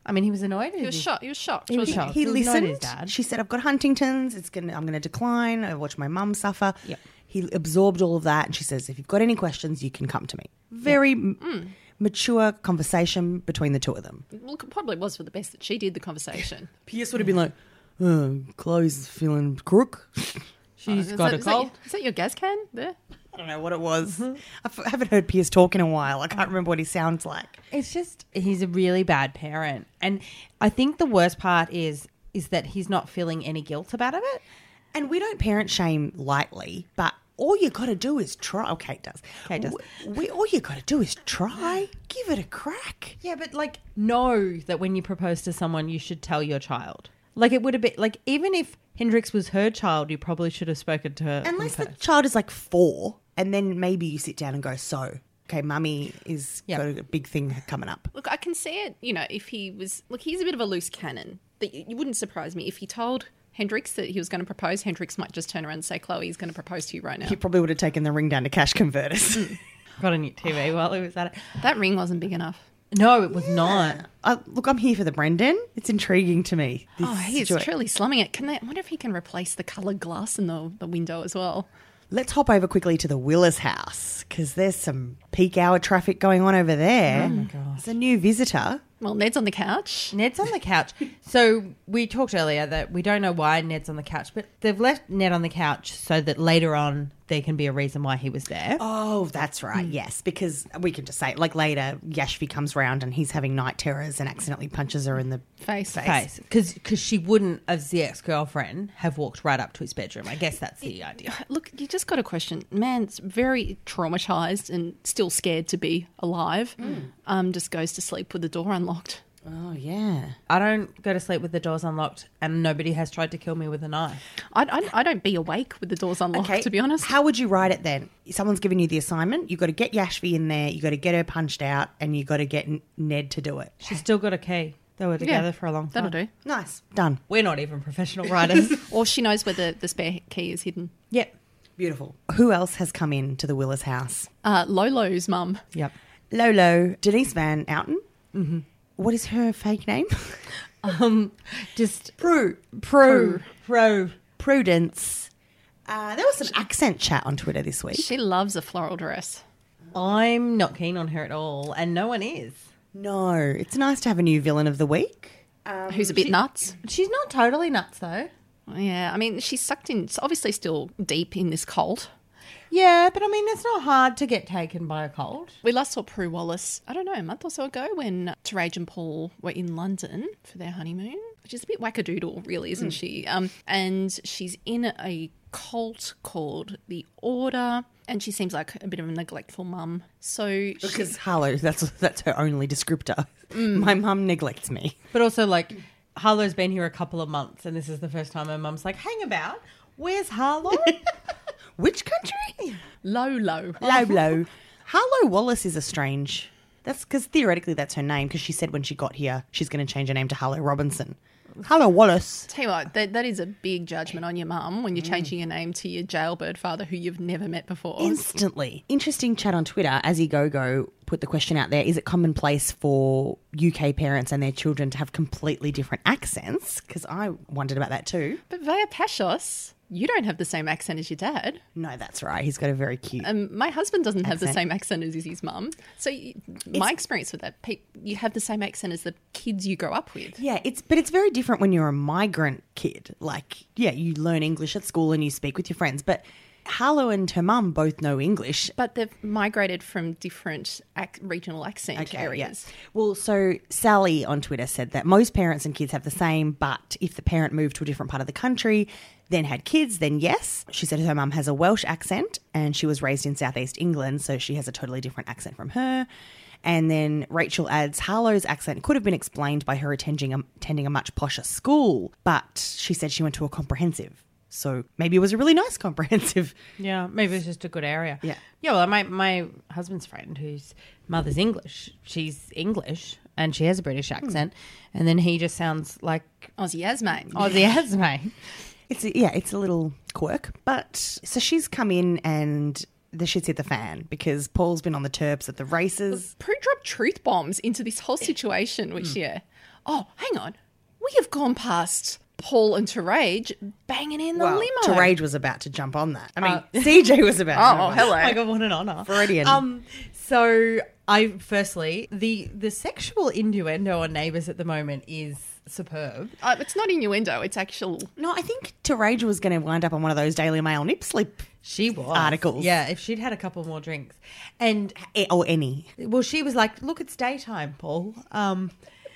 Speaker 4: I mean, he was annoyed.
Speaker 3: Mm. He was shocked. He was shocked.
Speaker 4: He was
Speaker 3: wasn't
Speaker 4: shocked.
Speaker 2: He
Speaker 4: It was not his
Speaker 2: listened.
Speaker 4: dad.
Speaker 2: She said, "I've got Huntington's. It's gonna. I'm gonna decline. I watch my mum suffer."
Speaker 4: Yep.
Speaker 2: He absorbed all of that, and she says, "If you've got any questions, you can come to me." Very m
Speaker 4: Mm.
Speaker 2: mature conversation between the two of them.
Speaker 3: Well, it probably was for the best that she did the conversation.
Speaker 2: Pierce would have been like, oh, "Chloe's feeling crook."
Speaker 4: She's
Speaker 3: Uh, Is
Speaker 4: got
Speaker 3: that-
Speaker 4: a
Speaker 3: is that your-
Speaker 4: cold.
Speaker 3: Is that your gas can there?
Speaker 2: I don't know what it was. I f- I haven't heard Pierce talk in a while. I can't remember what he sounds like.
Speaker 4: It's just he's a really bad parent, and I think the worst part is is that he's not feeling any guilt about it.
Speaker 2: And we don't parent shame lightly, but all you got to do is try. Okay, Kate does.
Speaker 4: Kate does.
Speaker 2: We, we, all you got to do is try. Give it a crack.
Speaker 4: Yeah, but like know that when you propose to someone, you should tell your child. Like it would have been like even if Hendrix was her child, you probably should have spoken to her.
Speaker 2: Unless the child is like four, and then maybe you sit down and go, so, okay, mummy is
Speaker 4: Yeah.
Speaker 2: got a big thing coming up.
Speaker 3: Look, I can see it. You know, if he was look, he's a bit of a loose cannon. that you wouldn't surprise me if he told Hendrix that he was going to propose. Hendrix might just turn around and say, "Chloe, he's going to propose to you right now."
Speaker 2: He probably would have taken the ring down to cash converters.
Speaker 4: Got a new TV while he was at it.
Speaker 3: That ring wasn't big enough.
Speaker 4: No, it was not.
Speaker 2: Uh, look, I'm here for the Brendan. It's intriguing to me. this
Speaker 3: Oh, he is
Speaker 2: situa-
Speaker 3: truly slumming it. Can they? I wonder if he can replace the coloured glass in the, the window as well.
Speaker 2: Let's hop over quickly to the Willis house because there's some peak hour traffic going on over there. Oh my god! It's a new visitor.
Speaker 3: Well, Ned's on the couch.
Speaker 4: Ned's on the couch. So we talked earlier that we don't know why Ned's on the couch, but they've left Ned on the couch so that later on there can be a reason why he was there.
Speaker 2: Oh, that's right. Yes, because we can just say it, like later Yashvi comes round and he's having night terrors and accidentally punches her in the
Speaker 3: Face.
Speaker 4: Face, because she wouldn't, as the ex girlfriend, have walked right up to his bedroom. I guess that's the idea.
Speaker 3: Look, you just got a question. Man's very traumatized and still scared to be alive.
Speaker 4: Hmm.
Speaker 3: Um, just goes to sleep with the door unlocked.
Speaker 2: Oh yeah.
Speaker 4: I don't go to sleep with the doors unlocked, and nobody has tried to kill me with a knife.
Speaker 3: I, I, I don't be awake with the doors unlocked, to be honest.
Speaker 2: How would you write it then? Someone's given you the assignment. You've got to get Yashvi in there. You've got to get her punched out, and you've got to get N- Ned to do it.
Speaker 4: She's still got a key. They were together for a long time.
Speaker 3: That'll do.
Speaker 2: Nice, done,
Speaker 4: We're not even professional writers.
Speaker 3: Or she knows where the, the spare key is hidden.
Speaker 4: yep.
Speaker 2: beautiful. Who else has come in to the Willis house?
Speaker 3: Uh, Lolo's mum.
Speaker 4: Yep.
Speaker 2: Lolo, Denise Van Outen. What is her fake name?
Speaker 4: Um, just
Speaker 2: Prue.
Speaker 4: pro, pro.
Speaker 2: Prudence. Uh, there was some accent chat on Twitter this week.
Speaker 3: She loves a floral dress.
Speaker 4: I'm not keen on her at all, and no one is.
Speaker 2: No, it's nice to have a new villain of the week.
Speaker 3: who's a bit nuts?
Speaker 4: She's not totally nuts though.
Speaker 3: Yeah, I mean, she's sucked in. It's obviously still deep in this cult.
Speaker 4: Yeah, but I mean, it's not hard to get taken by a cold.
Speaker 3: We last saw Prue Wallace, I don't know, a month or so ago when Terage and Paul were in London for their honeymoon, which is a bit wackadoodle, really, isn't she? Um, and she's in a cult called the Order, and she seems like a bit of a neglectful mum. So she's
Speaker 2: Because Harlow, that's that's her only descriptor. My mum neglects me.
Speaker 4: But also, like, Harlow's been here a couple of months, and this is the first time her mum's like, "Hang about, where's Harlow?"
Speaker 2: Which country?
Speaker 3: Lolo.
Speaker 2: Lolo. Harlow Wallace is a strange. That's because theoretically that's her name because she said when she got here she's going to change her name to Harlow Robinson. Harlow Wallace.
Speaker 3: Tell you what, that, that is a big judgment on your mum when you're
Speaker 2: Mm.
Speaker 3: changing your name to your jailbird father who you've never met before.
Speaker 2: Instantly. Interesting chat on Twitter. As Gogo put the question out there Is it commonplace for UK parents and their children to have completely different accents? Because I wondered about that too.
Speaker 3: But Vaya Pashos, you don't have the same accent as your dad.
Speaker 2: No, that's right. He's got a very cute.
Speaker 3: Um, my husband doesn't have the
Speaker 2: Accent.
Speaker 3: same accent as his mum. So y my experience with that, pe- you have the same accent as the kids you grow up with.
Speaker 2: yeah, it's but it's very different when you're a migrant kid. Like, yeah, you learn English at school and you speak with your friends, but Harlow and her mum both know English.
Speaker 3: But they've migrated from different ac- regional accent areas.
Speaker 2: yeah. Well, so Sally on Twitter said that most parents and kids have the same, but if the parent moved to a different part of the country, then had kids, then yes. She said her mum has a Welsh accent and she was raised in southeast England, so she has a totally different accent from her. And then Rachel adds Harlow's accent could have been explained by her attending a, attending a much posher school, but she said she went to a comprehensive. So maybe it was a really nice comprehensive.
Speaker 4: yeah, maybe it's just a good area.
Speaker 2: Yeah.
Speaker 4: yeah. Well, my my husband's friend, whose mother's English, she's English, and she has
Speaker 2: Hmm.
Speaker 4: a British accent, and then he just sounds like
Speaker 3: Aussie as mate.
Speaker 4: Aussie as mate.
Speaker 2: It's a, yeah, it's a little quirk, but so she's come in and the shit's hit the fan because Paul's been on the terps at the races.
Speaker 3: Prue dropped truth bombs into this whole situation, which, yeah. Oh, hang on. We have gone past Paul and Terage banging in the
Speaker 2: Well,
Speaker 3: limo.
Speaker 2: Terage was about to jump on that. I mean, CJ was about. to
Speaker 3: Oh,
Speaker 2: jump on
Speaker 3: hello.
Speaker 2: that.
Speaker 4: I got what an honor.
Speaker 2: Freudian.
Speaker 4: Um, so I firstly the the sexual innuendo on neighbours at the moment is superb.
Speaker 3: Uh, it's not innuendo, it's actual.
Speaker 2: No, I think Terage was going to wind up on one of those Daily Mail nip slip
Speaker 4: She was
Speaker 2: Articles.
Speaker 4: Yeah, if she'd had a couple more drinks, and
Speaker 2: eh, or any.
Speaker 4: well, she was like, "Look, it's daytime, Paul." Um,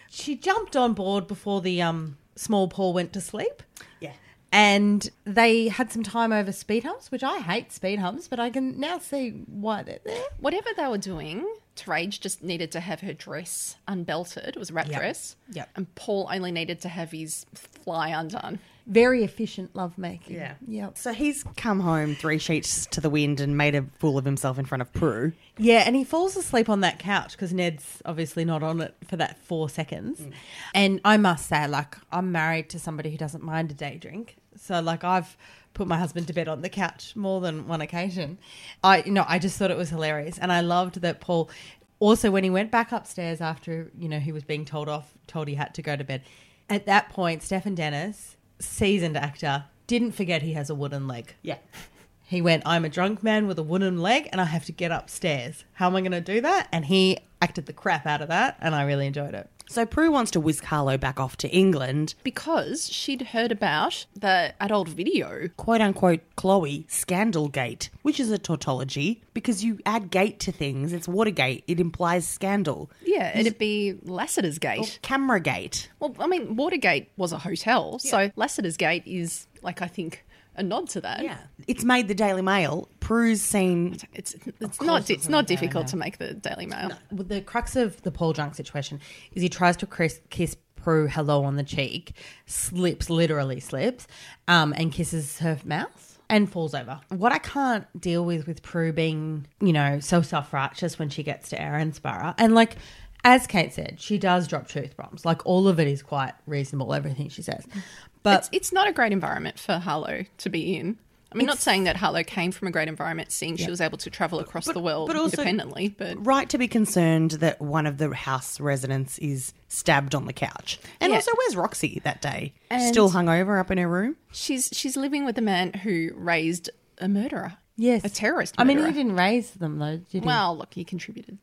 Speaker 4: she jumped on board before the um small Paul went to sleep.
Speaker 2: Yeah.
Speaker 4: And they had some time over speed humps, which I hate speed humps, but I can now see why they're there.
Speaker 3: Whatever they were doing, Terage just needed to have her dress unbelted. It was a wrap dress.
Speaker 4: Yep.
Speaker 3: And Paul only needed to have his fly undone.
Speaker 6: Very efficient lovemaking.
Speaker 2: Yeah.
Speaker 6: Yep.
Speaker 2: So he's come home three sheets to the wind and made a fool of himself in front of Prue.
Speaker 4: Yeah, and he falls asleep on that couch because Ned's obviously not on it for that four seconds. And I must say, like, I'm married to somebody who doesn't mind a day drink. So, like, I've put my husband to bed on the couch more than one occasion. I, you know, I just thought it was hilarious. And I loved that Paul, also, when he went back upstairs after, you know, he was being told off, told he had to go to bed, at that point, Stephen Dennis, seasoned actor, didn't forget he has a wooden leg.
Speaker 2: Yeah.
Speaker 4: He went, I'm a drunk man with a wooden leg and I have to get upstairs. How am I going to do that? And he acted the crap out of that and I really enjoyed it.
Speaker 2: So Prue wants to whisk Harlow back off to England.
Speaker 3: because she'd heard about the adult video.
Speaker 2: Quote unquote, Chloe, Scandal Gate, which is a tautology because you add gate to things. It's Watergate. It implies scandal.
Speaker 3: Yeah, it'd be Lassiter's
Speaker 2: Or
Speaker 3: Gate.
Speaker 2: camera gate.
Speaker 3: Well, I mean, Watergate was a hotel, so Lassiter's Gate is like I think a nod to that.
Speaker 2: It's made the Daily Mail. Prue's seen.
Speaker 3: it's it's not it's not difficult to make the Daily Mail.
Speaker 4: Well, the crux of the Paul Junk situation is he tries to kiss, kiss Prue hello on the cheek, slips, literally slips, um, and kisses her mouth and falls over. What I can't deal with with Prue being, you know, so self righteous when she gets to Aaron's Borough. And like, as Kate said, she does drop truth bombs. Like, all of it is quite reasonable, everything she says. But
Speaker 3: It's it's not a great environment for Harlow to be in. I mean, not saying that Harlow came from a great environment, seeing she was able to travel across the world
Speaker 2: but also-
Speaker 3: independently, but
Speaker 2: Right to be concerned that one of the house residents is stabbed on the couch. And
Speaker 3: Yeah.
Speaker 2: also, where's Roxy that day?
Speaker 3: And-
Speaker 2: Still hungover up in her room?
Speaker 3: she's she's living with a man who raised a murderer.
Speaker 4: Yes.
Speaker 3: a terrorist.
Speaker 4: I mean,
Speaker 3: murderer.
Speaker 4: he didn't raise them though, did he?
Speaker 3: Well, look, he contributed.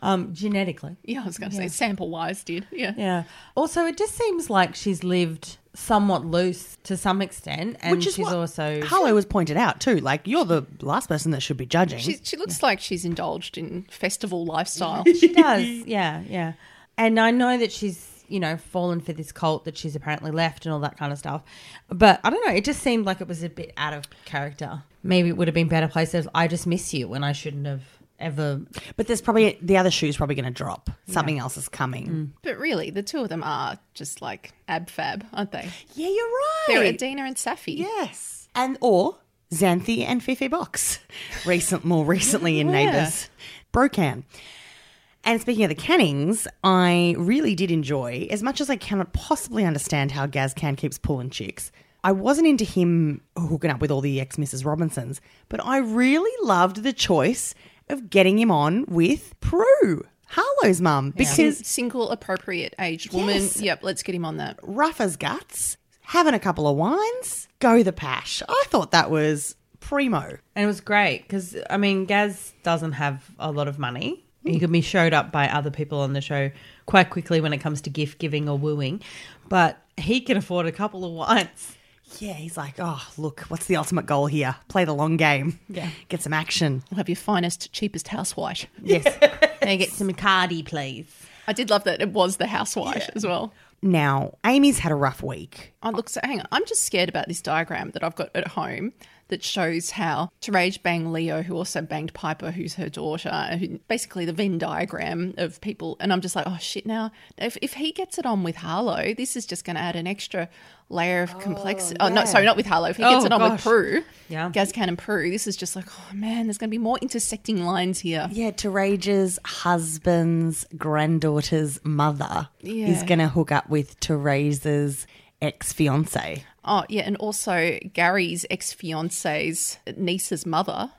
Speaker 4: um, genetically.
Speaker 3: Yeah, I was going to say sample wise did. Yeah.
Speaker 4: Yeah. Also, it just seems like she's lived somewhat loose to some extent, and
Speaker 2: Which is
Speaker 4: she's
Speaker 2: what
Speaker 4: also
Speaker 2: Harlow was pointed out too. Like you're the last person that should be judging.
Speaker 3: She, she looks like she's indulged in festival lifestyle.
Speaker 4: she does. Yeah, yeah. And I know that she's you know fallen for this cult that she's apparently left and all that kind of stuff. But I don't know. It just seemed like it was a bit out of character. Maybe it would have been better placed as "I just miss you" when I shouldn't have ever.
Speaker 2: but there's probably the other shoe's probably going to drop. Something else is coming.
Speaker 3: but really, the two of them are just like ab fab, aren't they?
Speaker 2: Yeah, you're right.
Speaker 3: They're Adina and Safi.
Speaker 2: yes, and or Xanthi and Fifi Box, recent more recently in Neighbours, Brocan. And speaking of the Cannings, I really did enjoy, as much as I cannot possibly understand how Gaz Can keeps pulling chicks. I wasn't into him hooking up with all the ex Mrs. Robinsons, but I really loved the choice of getting him on with Prue, Harlow's mum, because
Speaker 3: Single, appropriate aged woman.
Speaker 2: Yes.
Speaker 3: Yep, let's get him on that.
Speaker 2: rough as guts, having a couple of wines, go the pash. I thought that was primo.
Speaker 4: And it was great because I mean, Gaz doesn't have a lot of money. He could be showed up by other people on the show quite quickly when it comes to gift giving or wooing, but he can afford a couple of wines.
Speaker 2: Yeah, he's like, oh, look, what's the ultimate goal here? Play the long game. Yeah. Get some action.
Speaker 3: We'll have your finest, cheapest housewife.
Speaker 4: Can I get some Cardi, please?
Speaker 3: I did love that it was the housewife as well.
Speaker 2: Now, Amy's had a rough week.
Speaker 3: I Oh, look, so hang on. I'm just scared about this diagram that I've got at home that shows how Terage banged Leo, who also banged Piper, who's her daughter, and who- basically the Venn diagram of people. And I'm just like, oh shit, now if, if he gets it on with Harlow, this is just going to add an extra layer of complexity. Oh, no, sorry, not with Harlow. If he gets
Speaker 4: Oh,
Speaker 3: it on
Speaker 4: gosh.
Speaker 3: with Prue,
Speaker 4: Yeah.
Speaker 3: Gazcan and Prue, this is just like, oh man, there's going to be more intersecting lines here.
Speaker 2: Yeah, Terage's husband's granddaughter's mother
Speaker 3: Yeah.
Speaker 2: is going to hook up with Teresa's ex fiance.
Speaker 3: Oh, yeah. And also Gary's ex fiance's niece's mother.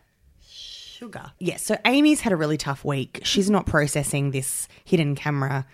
Speaker 2: Sugar. Yeah, so Amy's had a really tough week. She's not processing this hidden camera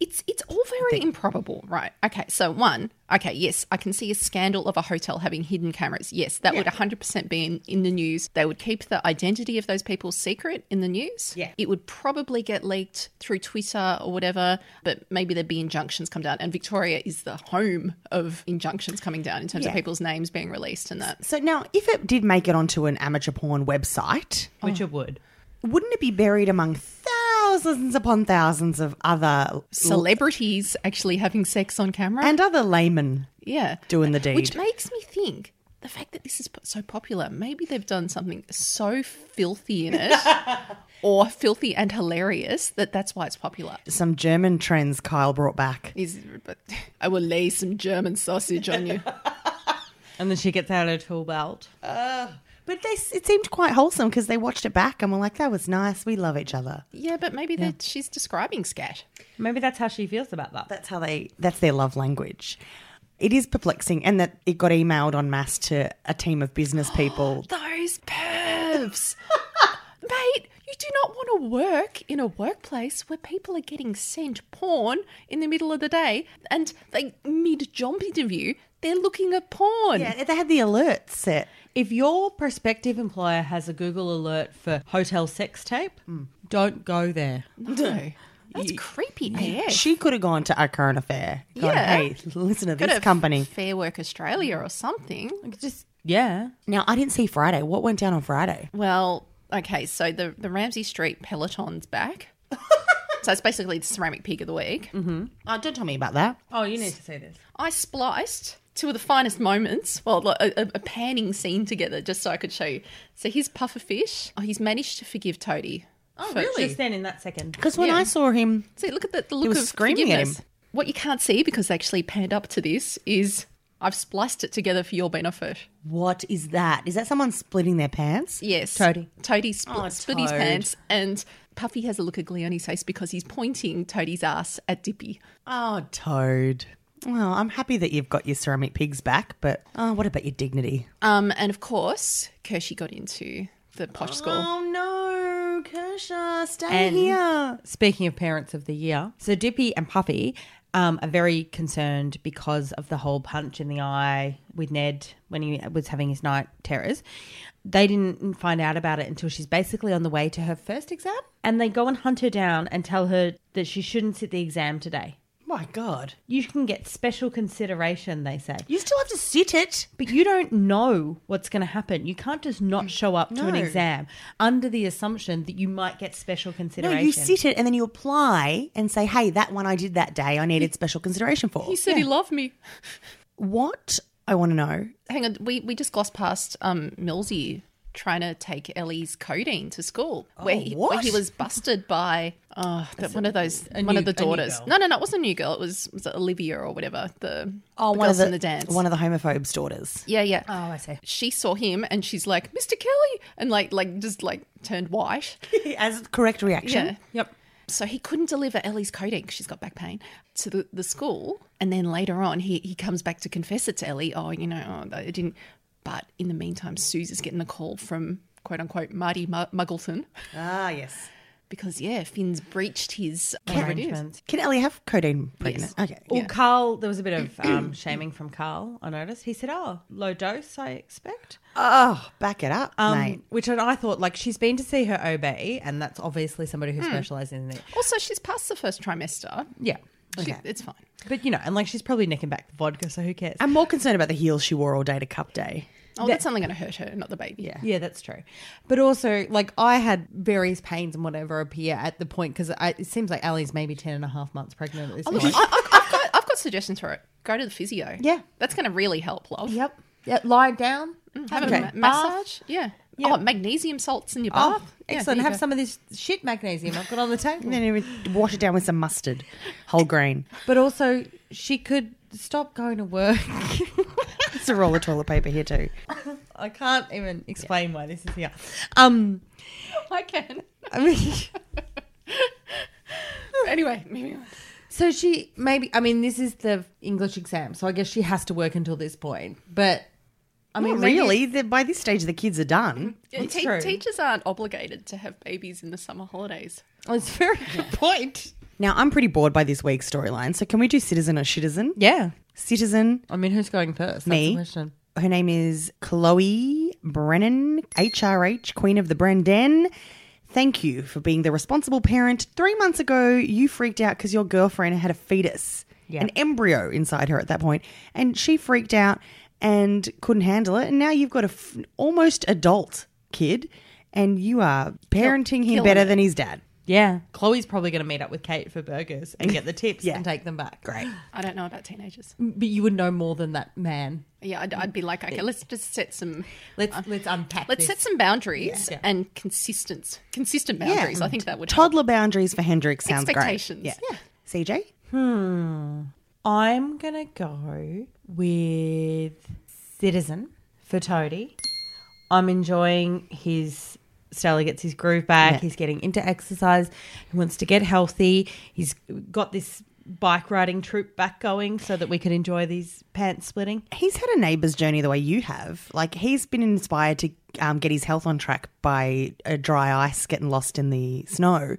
Speaker 3: It's it's all very improbable, right? Okay, so one, okay, yes, I can see a scandal of a hotel having hidden cameras. Yes, that would 100% be in, in the news. They would keep the identity of those people secret in the news. Yeah. It would probably get leaked through Twitter or whatever, but maybe there'd be injunctions come down. And Victoria is the home of injunctions coming down in terms of
Speaker 2: Yeah.
Speaker 3: people's names being released and that.
Speaker 2: So now, if it did make it onto an amateur porn website,
Speaker 4: Which it would.
Speaker 2: wouldn't it be buried among thousands upon thousands of other
Speaker 3: Celebrities actually having sex on camera.
Speaker 2: and other laymen?
Speaker 3: yeah.
Speaker 2: doing the
Speaker 3: Which
Speaker 2: deed.
Speaker 3: makes me think the fact that this is po- so popular, maybe they've done something so filthy in it or filthy and hilarious that that's why it's popular.
Speaker 2: Some German trends Kyle brought back.
Speaker 3: Is I will lay some German sausage on you.
Speaker 4: And then she gets out her tool belt.
Speaker 2: But they, it seemed quite wholesome because they watched it back and were like, that was nice. We love each other.
Speaker 3: Yeah, but maybe that she's describing scat.
Speaker 4: Maybe that's how she feels about that.
Speaker 2: That's how they, that's their love language. It is perplexing. And that it got emailed en masse to a team of business people.
Speaker 3: Those pervs. Mate, you do not want to work in a workplace where people are getting sent porn in the middle of the day and they mid job interview, they're looking at porn.
Speaker 2: yeah, they had the alert set.
Speaker 4: If your prospective employer has a Google alert for hotel sex tape, don't go there.
Speaker 3: No. That's creepy AF.
Speaker 2: She could have gone to our current affair. Gone,
Speaker 3: Yeah.
Speaker 2: Hey, listen to
Speaker 3: Go
Speaker 2: this
Speaker 3: to
Speaker 2: company.
Speaker 3: Fair Work Australia or something.
Speaker 4: Just yeah.
Speaker 2: now, I didn't see Friday. What went down on Friday?
Speaker 3: Well, okay, so the, the Ramsey Street Peloton's back. so it's basically the ceramic pig of the week.
Speaker 2: Oh, don't tell me about that.
Speaker 4: Oh, you need to see this.
Speaker 3: I spliced two of the finest moments, well, like, a, a, a panning scene together just so I could show you. So here's Pufferfish. Oh, he's managed to forgive Toadie. Oh,
Speaker 4: Just then, in that second.
Speaker 2: Because when
Speaker 3: Yeah.
Speaker 2: I saw him,
Speaker 3: See, look at the, the look
Speaker 2: was
Speaker 3: of
Speaker 2: screaming at
Speaker 3: forgiveness.
Speaker 2: him.
Speaker 3: What you can't see because they actually panned up to this is I've spliced it together for your benefit.
Speaker 2: what is that? Is that someone splitting their pants?
Speaker 3: Yes.
Speaker 4: Toadie.
Speaker 3: Toadie spl-
Speaker 4: Oh,
Speaker 3: split his
Speaker 2: Toad.
Speaker 3: pants and Puffy has a look of glee on his face because he's pointing Toadie's ass at Dippy.
Speaker 2: Oh, Toad. Well, I'm happy that you've got your ceramic pigs back, but oh, what about your dignity?
Speaker 3: Um, and of course, Kershey got into the posh
Speaker 4: Oh.
Speaker 3: school.
Speaker 2: Oh. no, Kershaw, stay
Speaker 4: And- Speaking of parents of the year, so Dippy and Puffy um, are very concerned because of the whole punch in the eye with Ned when he was having his night terrors. They didn't find out about it until she's basically on the way to her first exam. And they go and hunt her down and tell her that she shouldn't sit the exam today.
Speaker 2: My God.
Speaker 4: You can get special consideration, they say.
Speaker 2: You still have to sit it.
Speaker 4: But you don't know what's going to happen. You can't just not show up to an
Speaker 2: No.
Speaker 4: exam under the assumption that you might get special
Speaker 2: No,
Speaker 4: consideration.
Speaker 2: you sit it and then you apply and say, hey, that one I did that day, I needed special consideration for.
Speaker 3: He said he loved me.
Speaker 2: What? I want to know.
Speaker 3: Hang on, we, we just glossed past um, Millsy trying to take Ellie's codeine to school, where, he, where
Speaker 2: what?
Speaker 3: he was busted by oh, that one of those one
Speaker 4: new-
Speaker 3: of the
Speaker 4: Oh, a new
Speaker 3: daughters.
Speaker 4: girl.
Speaker 3: No, no, no, it wasn't a new girl. It was was it Olivia or whatever the
Speaker 2: Oh,
Speaker 3: the
Speaker 2: one of
Speaker 3: girls
Speaker 2: the,
Speaker 3: in the dance.
Speaker 2: One of the homophobes' daughters.
Speaker 3: yeah, yeah.
Speaker 4: Oh, I see.
Speaker 3: she saw him and she's like, "Mr. Kelly," and like like just like turned white.
Speaker 2: As correct reaction.
Speaker 3: Yeah.
Speaker 4: Yep.
Speaker 3: So he couldn't deliver Ellie's coding, she's got back pain, to the, the school. And then later on, he, he comes back to confess it to Ellie. Oh, you know, oh, I didn't. But in the meantime, Suze is getting a call from quote unquote Marty Mu- Muggleton
Speaker 2: Ah, yes.
Speaker 3: because, yeah, Finn's breached his whatever it is.
Speaker 4: Arrangements.
Speaker 2: Can Ellie have codeine pregnant?
Speaker 3: Yes.
Speaker 2: Okay.
Speaker 4: Well, Carl, there was a bit of um, shaming from Carl, I noticed. He said, oh, low dose, I expect.
Speaker 2: Oh, back it up,
Speaker 4: Um,
Speaker 2: mate.
Speaker 4: Which I thought, like, she's been to see her OB, and that's obviously somebody who specialises in it.
Speaker 3: Also, she's past the first trimester.
Speaker 4: Yeah.
Speaker 3: She-
Speaker 2: Okay.
Speaker 3: it's fine.
Speaker 4: But, you know, and like, she's probably necking back the vodka, so who cares?
Speaker 2: I'm more concerned about the heels she wore all day to cup day.
Speaker 3: Oh, that's only going to hurt her, not the baby.
Speaker 2: Yeah.
Speaker 4: Yeah, that's true. But also, like, I had various pains and whatever appear at the point because it seems like Ali's maybe 10 and a half months pregnant at this
Speaker 3: Look, I,
Speaker 4: point.
Speaker 3: I, I've, got, I've got suggestions for it. Go to the physio.
Speaker 4: Yeah.
Speaker 3: That's going to really help, love.
Speaker 4: Yep. Yeah, lie down.
Speaker 3: Have
Speaker 4: Okay.
Speaker 3: a ma- massage. Yeah. Oh, magnesium salts in your bath.
Speaker 4: Oh,
Speaker 3: Yeah, there
Speaker 4: excellent.
Speaker 3: you
Speaker 4: Have
Speaker 3: go.
Speaker 4: some of this shit magnesium I've got on the table.
Speaker 2: And then even wash it down with some mustard, whole grain.
Speaker 4: But also, she could stop going to work.
Speaker 2: It's a roll of toilet paper here too.
Speaker 4: I can't even explain why this is here. Um,
Speaker 3: I can.
Speaker 4: I mean,
Speaker 3: anyway, moving on.
Speaker 4: so she maybe, I mean, this is the English exam, so I guess she has to work until this point. But I mean,
Speaker 2: Not
Speaker 4: maybe-
Speaker 2: really. The- By this stage, the kids are done.
Speaker 3: Yeah, te-
Speaker 4: true.
Speaker 3: teachers aren't obligated to have babies in the summer holidays.
Speaker 4: It's a very good point.
Speaker 2: Now, I'm pretty bored by this week's storyline. So, can we do citizen or citizen?
Speaker 4: Yeah.
Speaker 2: Citizen.
Speaker 4: I mean, who's going first? That's
Speaker 2: Me.
Speaker 4: The question.
Speaker 2: Her name is Chloe Brennan, HRH, Queen of the Brendan. Thank you for being the responsible parent. Three months ago, you freaked out because your girlfriend had a fetus, an embryo inside her at that point, and she freaked out and couldn't handle it. And now you've got a f- almost adult kid, and you are parenting him
Speaker 3: killing
Speaker 2: better
Speaker 3: it.
Speaker 2: than his dad.
Speaker 4: Yeah. Chloe's probably going to meet up with Kate for burgers and get the tips
Speaker 2: Yeah.
Speaker 4: and take them back.
Speaker 2: Great.
Speaker 3: I don't know about teenagers.
Speaker 4: But you would know more than that man.
Speaker 3: Yeah, I'd, I'd be like, okay, let's just set some.
Speaker 4: Let's let's unpack.
Speaker 3: Let's
Speaker 4: this.
Speaker 3: set some boundaries
Speaker 4: Yeah.
Speaker 3: and consistent, consistent boundaries. I think that would help.
Speaker 2: Toddler boundaries for Hendrix sounds great.
Speaker 3: Expectations.
Speaker 2: Yeah. CJ?
Speaker 4: I'm gonna go with Citizen for Toady. I'm enjoying his. Stella gets his groove back. He's getting into exercise. He wants to get healthy. He's got this bike riding troop back going so that we can enjoy these pants splitting.
Speaker 2: He's had a neighbour's journey the way you have. Like, he's been inspired to um, get his health on track by a dry ice getting lost in the snow.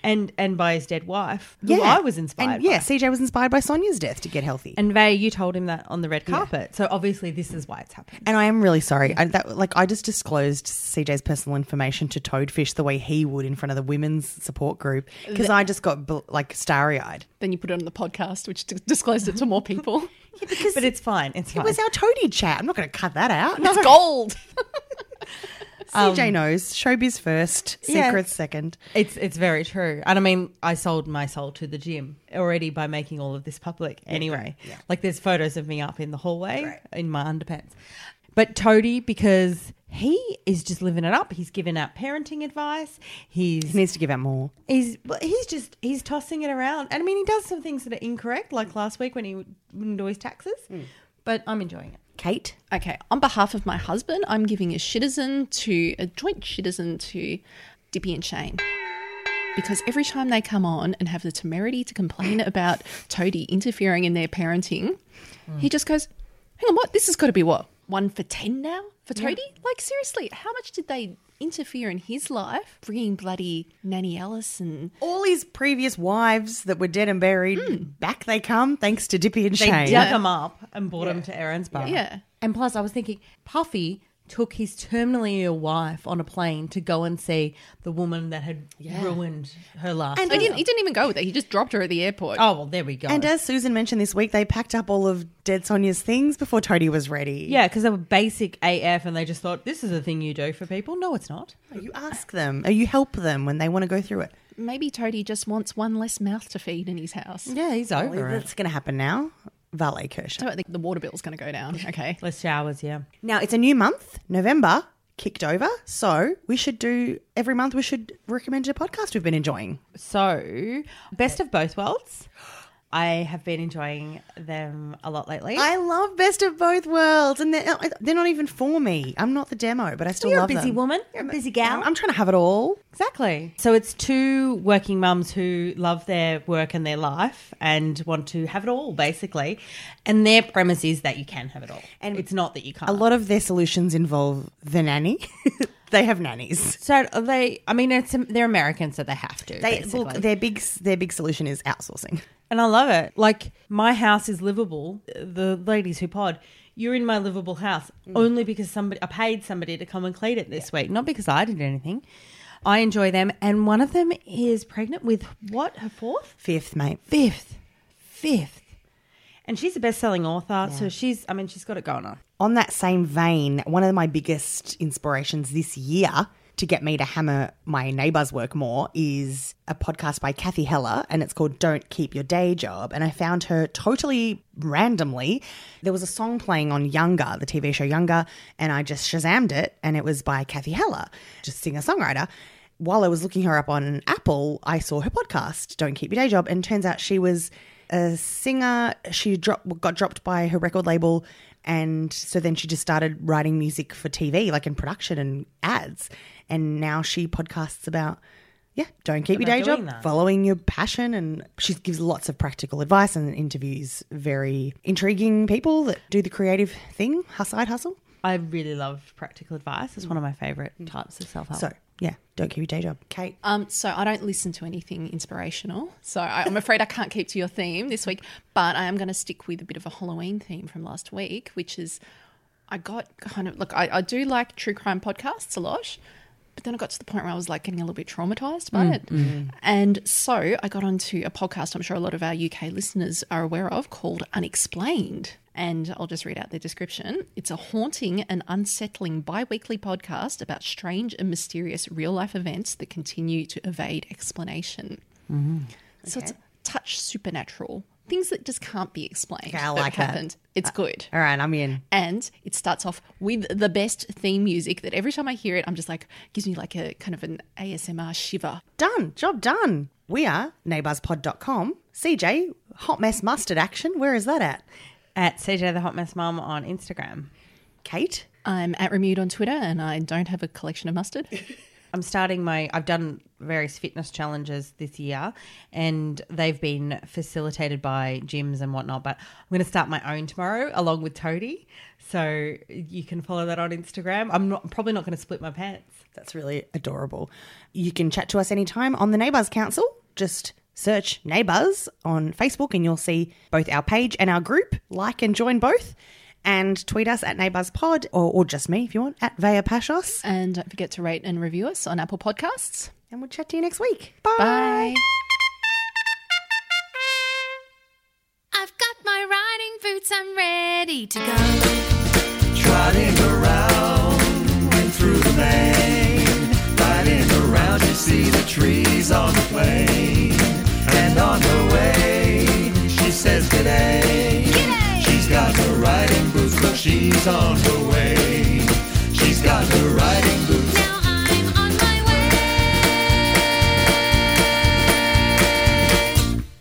Speaker 4: And and by his dead wife, who I was inspired.
Speaker 2: And,
Speaker 4: by.
Speaker 2: yeah, CJ was inspired by Sonia's death to get healthy.
Speaker 4: And Vay, you told him that on the red carpet. So obviously, this is why it's happening.
Speaker 2: And I am really sorry. I, that, like I just disclosed CJ's personal information to Toadfish the way he would in front of the women's support group because I just got bl- like starry eyed.
Speaker 3: Then you put it on the podcast, which dis- disclosed it to more people.
Speaker 2: Because
Speaker 4: But it's fine. It's
Speaker 2: it
Speaker 4: fine.
Speaker 2: was our Toady chat. I'm not going to cut that out.
Speaker 3: It's gold.
Speaker 2: CJ knows. Showbiz first,
Speaker 4: Yeah.
Speaker 2: secrets second.
Speaker 4: It's it's very true, and I mean, I sold my soul to the gym already by making all of this public. Anyway, like there's photos of me up in the hallway in my underpants, but Toady because he is just living it up. He's given out parenting advice. He's
Speaker 2: He needs to give out more.
Speaker 4: he's well, he's just he's tossing it around, and I mean, he does some things that are incorrect, like last week when he wouldn't do his taxes. But I'm enjoying it.
Speaker 2: Kate,
Speaker 3: Okay, on behalf of my husband, I'm giving a shitizen to a joint shitizen to Dippy and Shane. Because every time they come on and have the temerity to complain about Toadie interfering in their parenting, he just goes, Hang on, what? This has got to be what? One for 10 now for Toadie? Like, seriously, how much did they interfere in his life? Bringing bloody Nanny Alice and
Speaker 2: all his previous wives that were dead and buried, back they come thanks to Dippy and
Speaker 4: Hmm. They
Speaker 2: Shane.
Speaker 4: dug him up and brought him to Aaron's bar.
Speaker 3: Yeah.
Speaker 4: And plus, I was thinking, Puffy took his terminally ill wife on a plane to go and see the woman that had ruined her life.
Speaker 3: he didn't, he didn't even go with it. He just dropped her at the airport.
Speaker 4: oh well, there we go.
Speaker 2: And uh, as Susan mentioned this week, they packed up all of Dead Sonia's things before Toadie was ready.
Speaker 4: yeah, because they were basic AF, and they just thought this is a thing you do for people. No, it's not.
Speaker 2: You ask them, or you help them when they want to go through it.
Speaker 3: Maybe Toadie just wants one less mouth to feed in his house.
Speaker 4: Yeah, he's
Speaker 2: Well,
Speaker 4: over it.
Speaker 2: That's going to happen now. Valet Kirscher.
Speaker 3: So I think the water bill's going to go down. Okay.
Speaker 4: Less showers, yeah.
Speaker 2: Now it's a new month, November kicked over, so we should do every month. We should recommend a podcast we've been enjoying.
Speaker 4: So, best of both worlds. I have been enjoying them a lot lately.
Speaker 2: I love Best of Both Worlds, and they're, uh, they're not even for me. I'm not the demo, but I still
Speaker 4: You're a
Speaker 2: love
Speaker 4: busy
Speaker 2: them.
Speaker 4: woman. You're a busy gal.
Speaker 2: I'm trying to have it all.
Speaker 4: Exactly. So it's two working mums who love their work and their life and want to have it all, basically. And their premise is that you can have it all. And it's not that you can't.
Speaker 2: A lot of their solutions involve the nanny. they have nannies.
Speaker 4: so are they, I mean, it's they're American, so they have to.
Speaker 2: They
Speaker 4: basically.
Speaker 2: look. Their big their big solution is outsourcing.
Speaker 4: and I love it. Like my house is livable. The ladies who pod, you're in my livable house only because somebody I paid somebody to come and clean it this week, not because I did anything. I enjoy them, and one of them is pregnant with what her fourth.
Speaker 2: Fifth, mate.
Speaker 4: fifth, fifth. And she's a best-selling author, so she's. I mean, she's got it going on.
Speaker 2: On that same vein, one of my biggest inspirations this year to get me to hammer my neighbour's work more is a podcast by Kathy Heller, and it's called Don't Keep Your Day Job. And I found her totally randomly. There was a song playing on Younger, the TV show Younger, and I just shazammed it, and it was by Kathy Heller, just singer songwriter while I was looking her up on Apple, I saw her podcast, Don't Keep Your Day Job, and turns out she was a singer. She dropped, got dropped by her record label, and so then she just started writing music for TV, like in production and ads. And now she podcasts about, yeah, don't keep your day
Speaker 4: doing
Speaker 2: job,
Speaker 4: that.
Speaker 2: following your passion, and she gives lots of practical advice and interviews very intriguing people that do the creative thing, hus- side hustle.
Speaker 4: I really love practical advice. It's one of my favorite types of self-help.
Speaker 2: So yeah, don't keep your day job, Kate.
Speaker 3: Um, so I don't listen to anything inspirational. So I, I'm afraid I can't keep to your theme this week, but I am going to stick with a bit of a Halloween theme from last week, which is I got kind of look. I, I do like true crime podcasts a lot, but then I got to the point where I was like getting a little bit traumatized by it, and so I got onto a podcast. I'm sure a lot of our UK listeners are aware of called Unexplained. and I'll just read out their description. It's a haunting and unsettling bi weekly podcast about strange and mysterious real life events that continue to evade explanation.
Speaker 2: Mm-hmm.
Speaker 3: So it's a touch supernatural, things that just can't be explained.
Speaker 2: Okay, I
Speaker 3: that
Speaker 2: like that. Uh,
Speaker 3: happened. It's good.
Speaker 2: All right, I'm in.
Speaker 3: And it starts off with the best theme music that every time I hear it, I'm just like, gives me like a kind of an ASMR shiver.
Speaker 2: Done. Job done. We are neighbourspod.com. CJ, hot mess mustard action. Where is that at?
Speaker 4: At CJ the Hot Mess Mum on Instagram.
Speaker 2: Kate?
Speaker 3: I'm at Remude on Twitter and I don't have a collection of mustard.
Speaker 4: I'm starting my. I've done various fitness challenges this year, and they've been facilitated by gyms and whatnot. But I'm going to start my own tomorrow, along with Toadie. So you can follow that on Instagram. I'm not I'm probably not going to split my pants.
Speaker 2: That's really adorable. You can chat to us anytime on the Neighbours Council. Just search Neighbours on Facebook and you'll see both our page and our group. Like and join both. And tweet us at Neighbours Pod or, or just me if you want, at Vea Pashos.
Speaker 3: and don't forget to rate and review us on Apple Podcasts.
Speaker 2: And we'll chat to you next week. Bye.
Speaker 3: Bye.
Speaker 7: I've got my riding boots, I'm ready to go.
Speaker 8: Trotting around and through the main, riding around you see the trees on the plain. And on her way, she says g'day.
Speaker 7: G'day.
Speaker 8: She's got her riding boots, but she's on her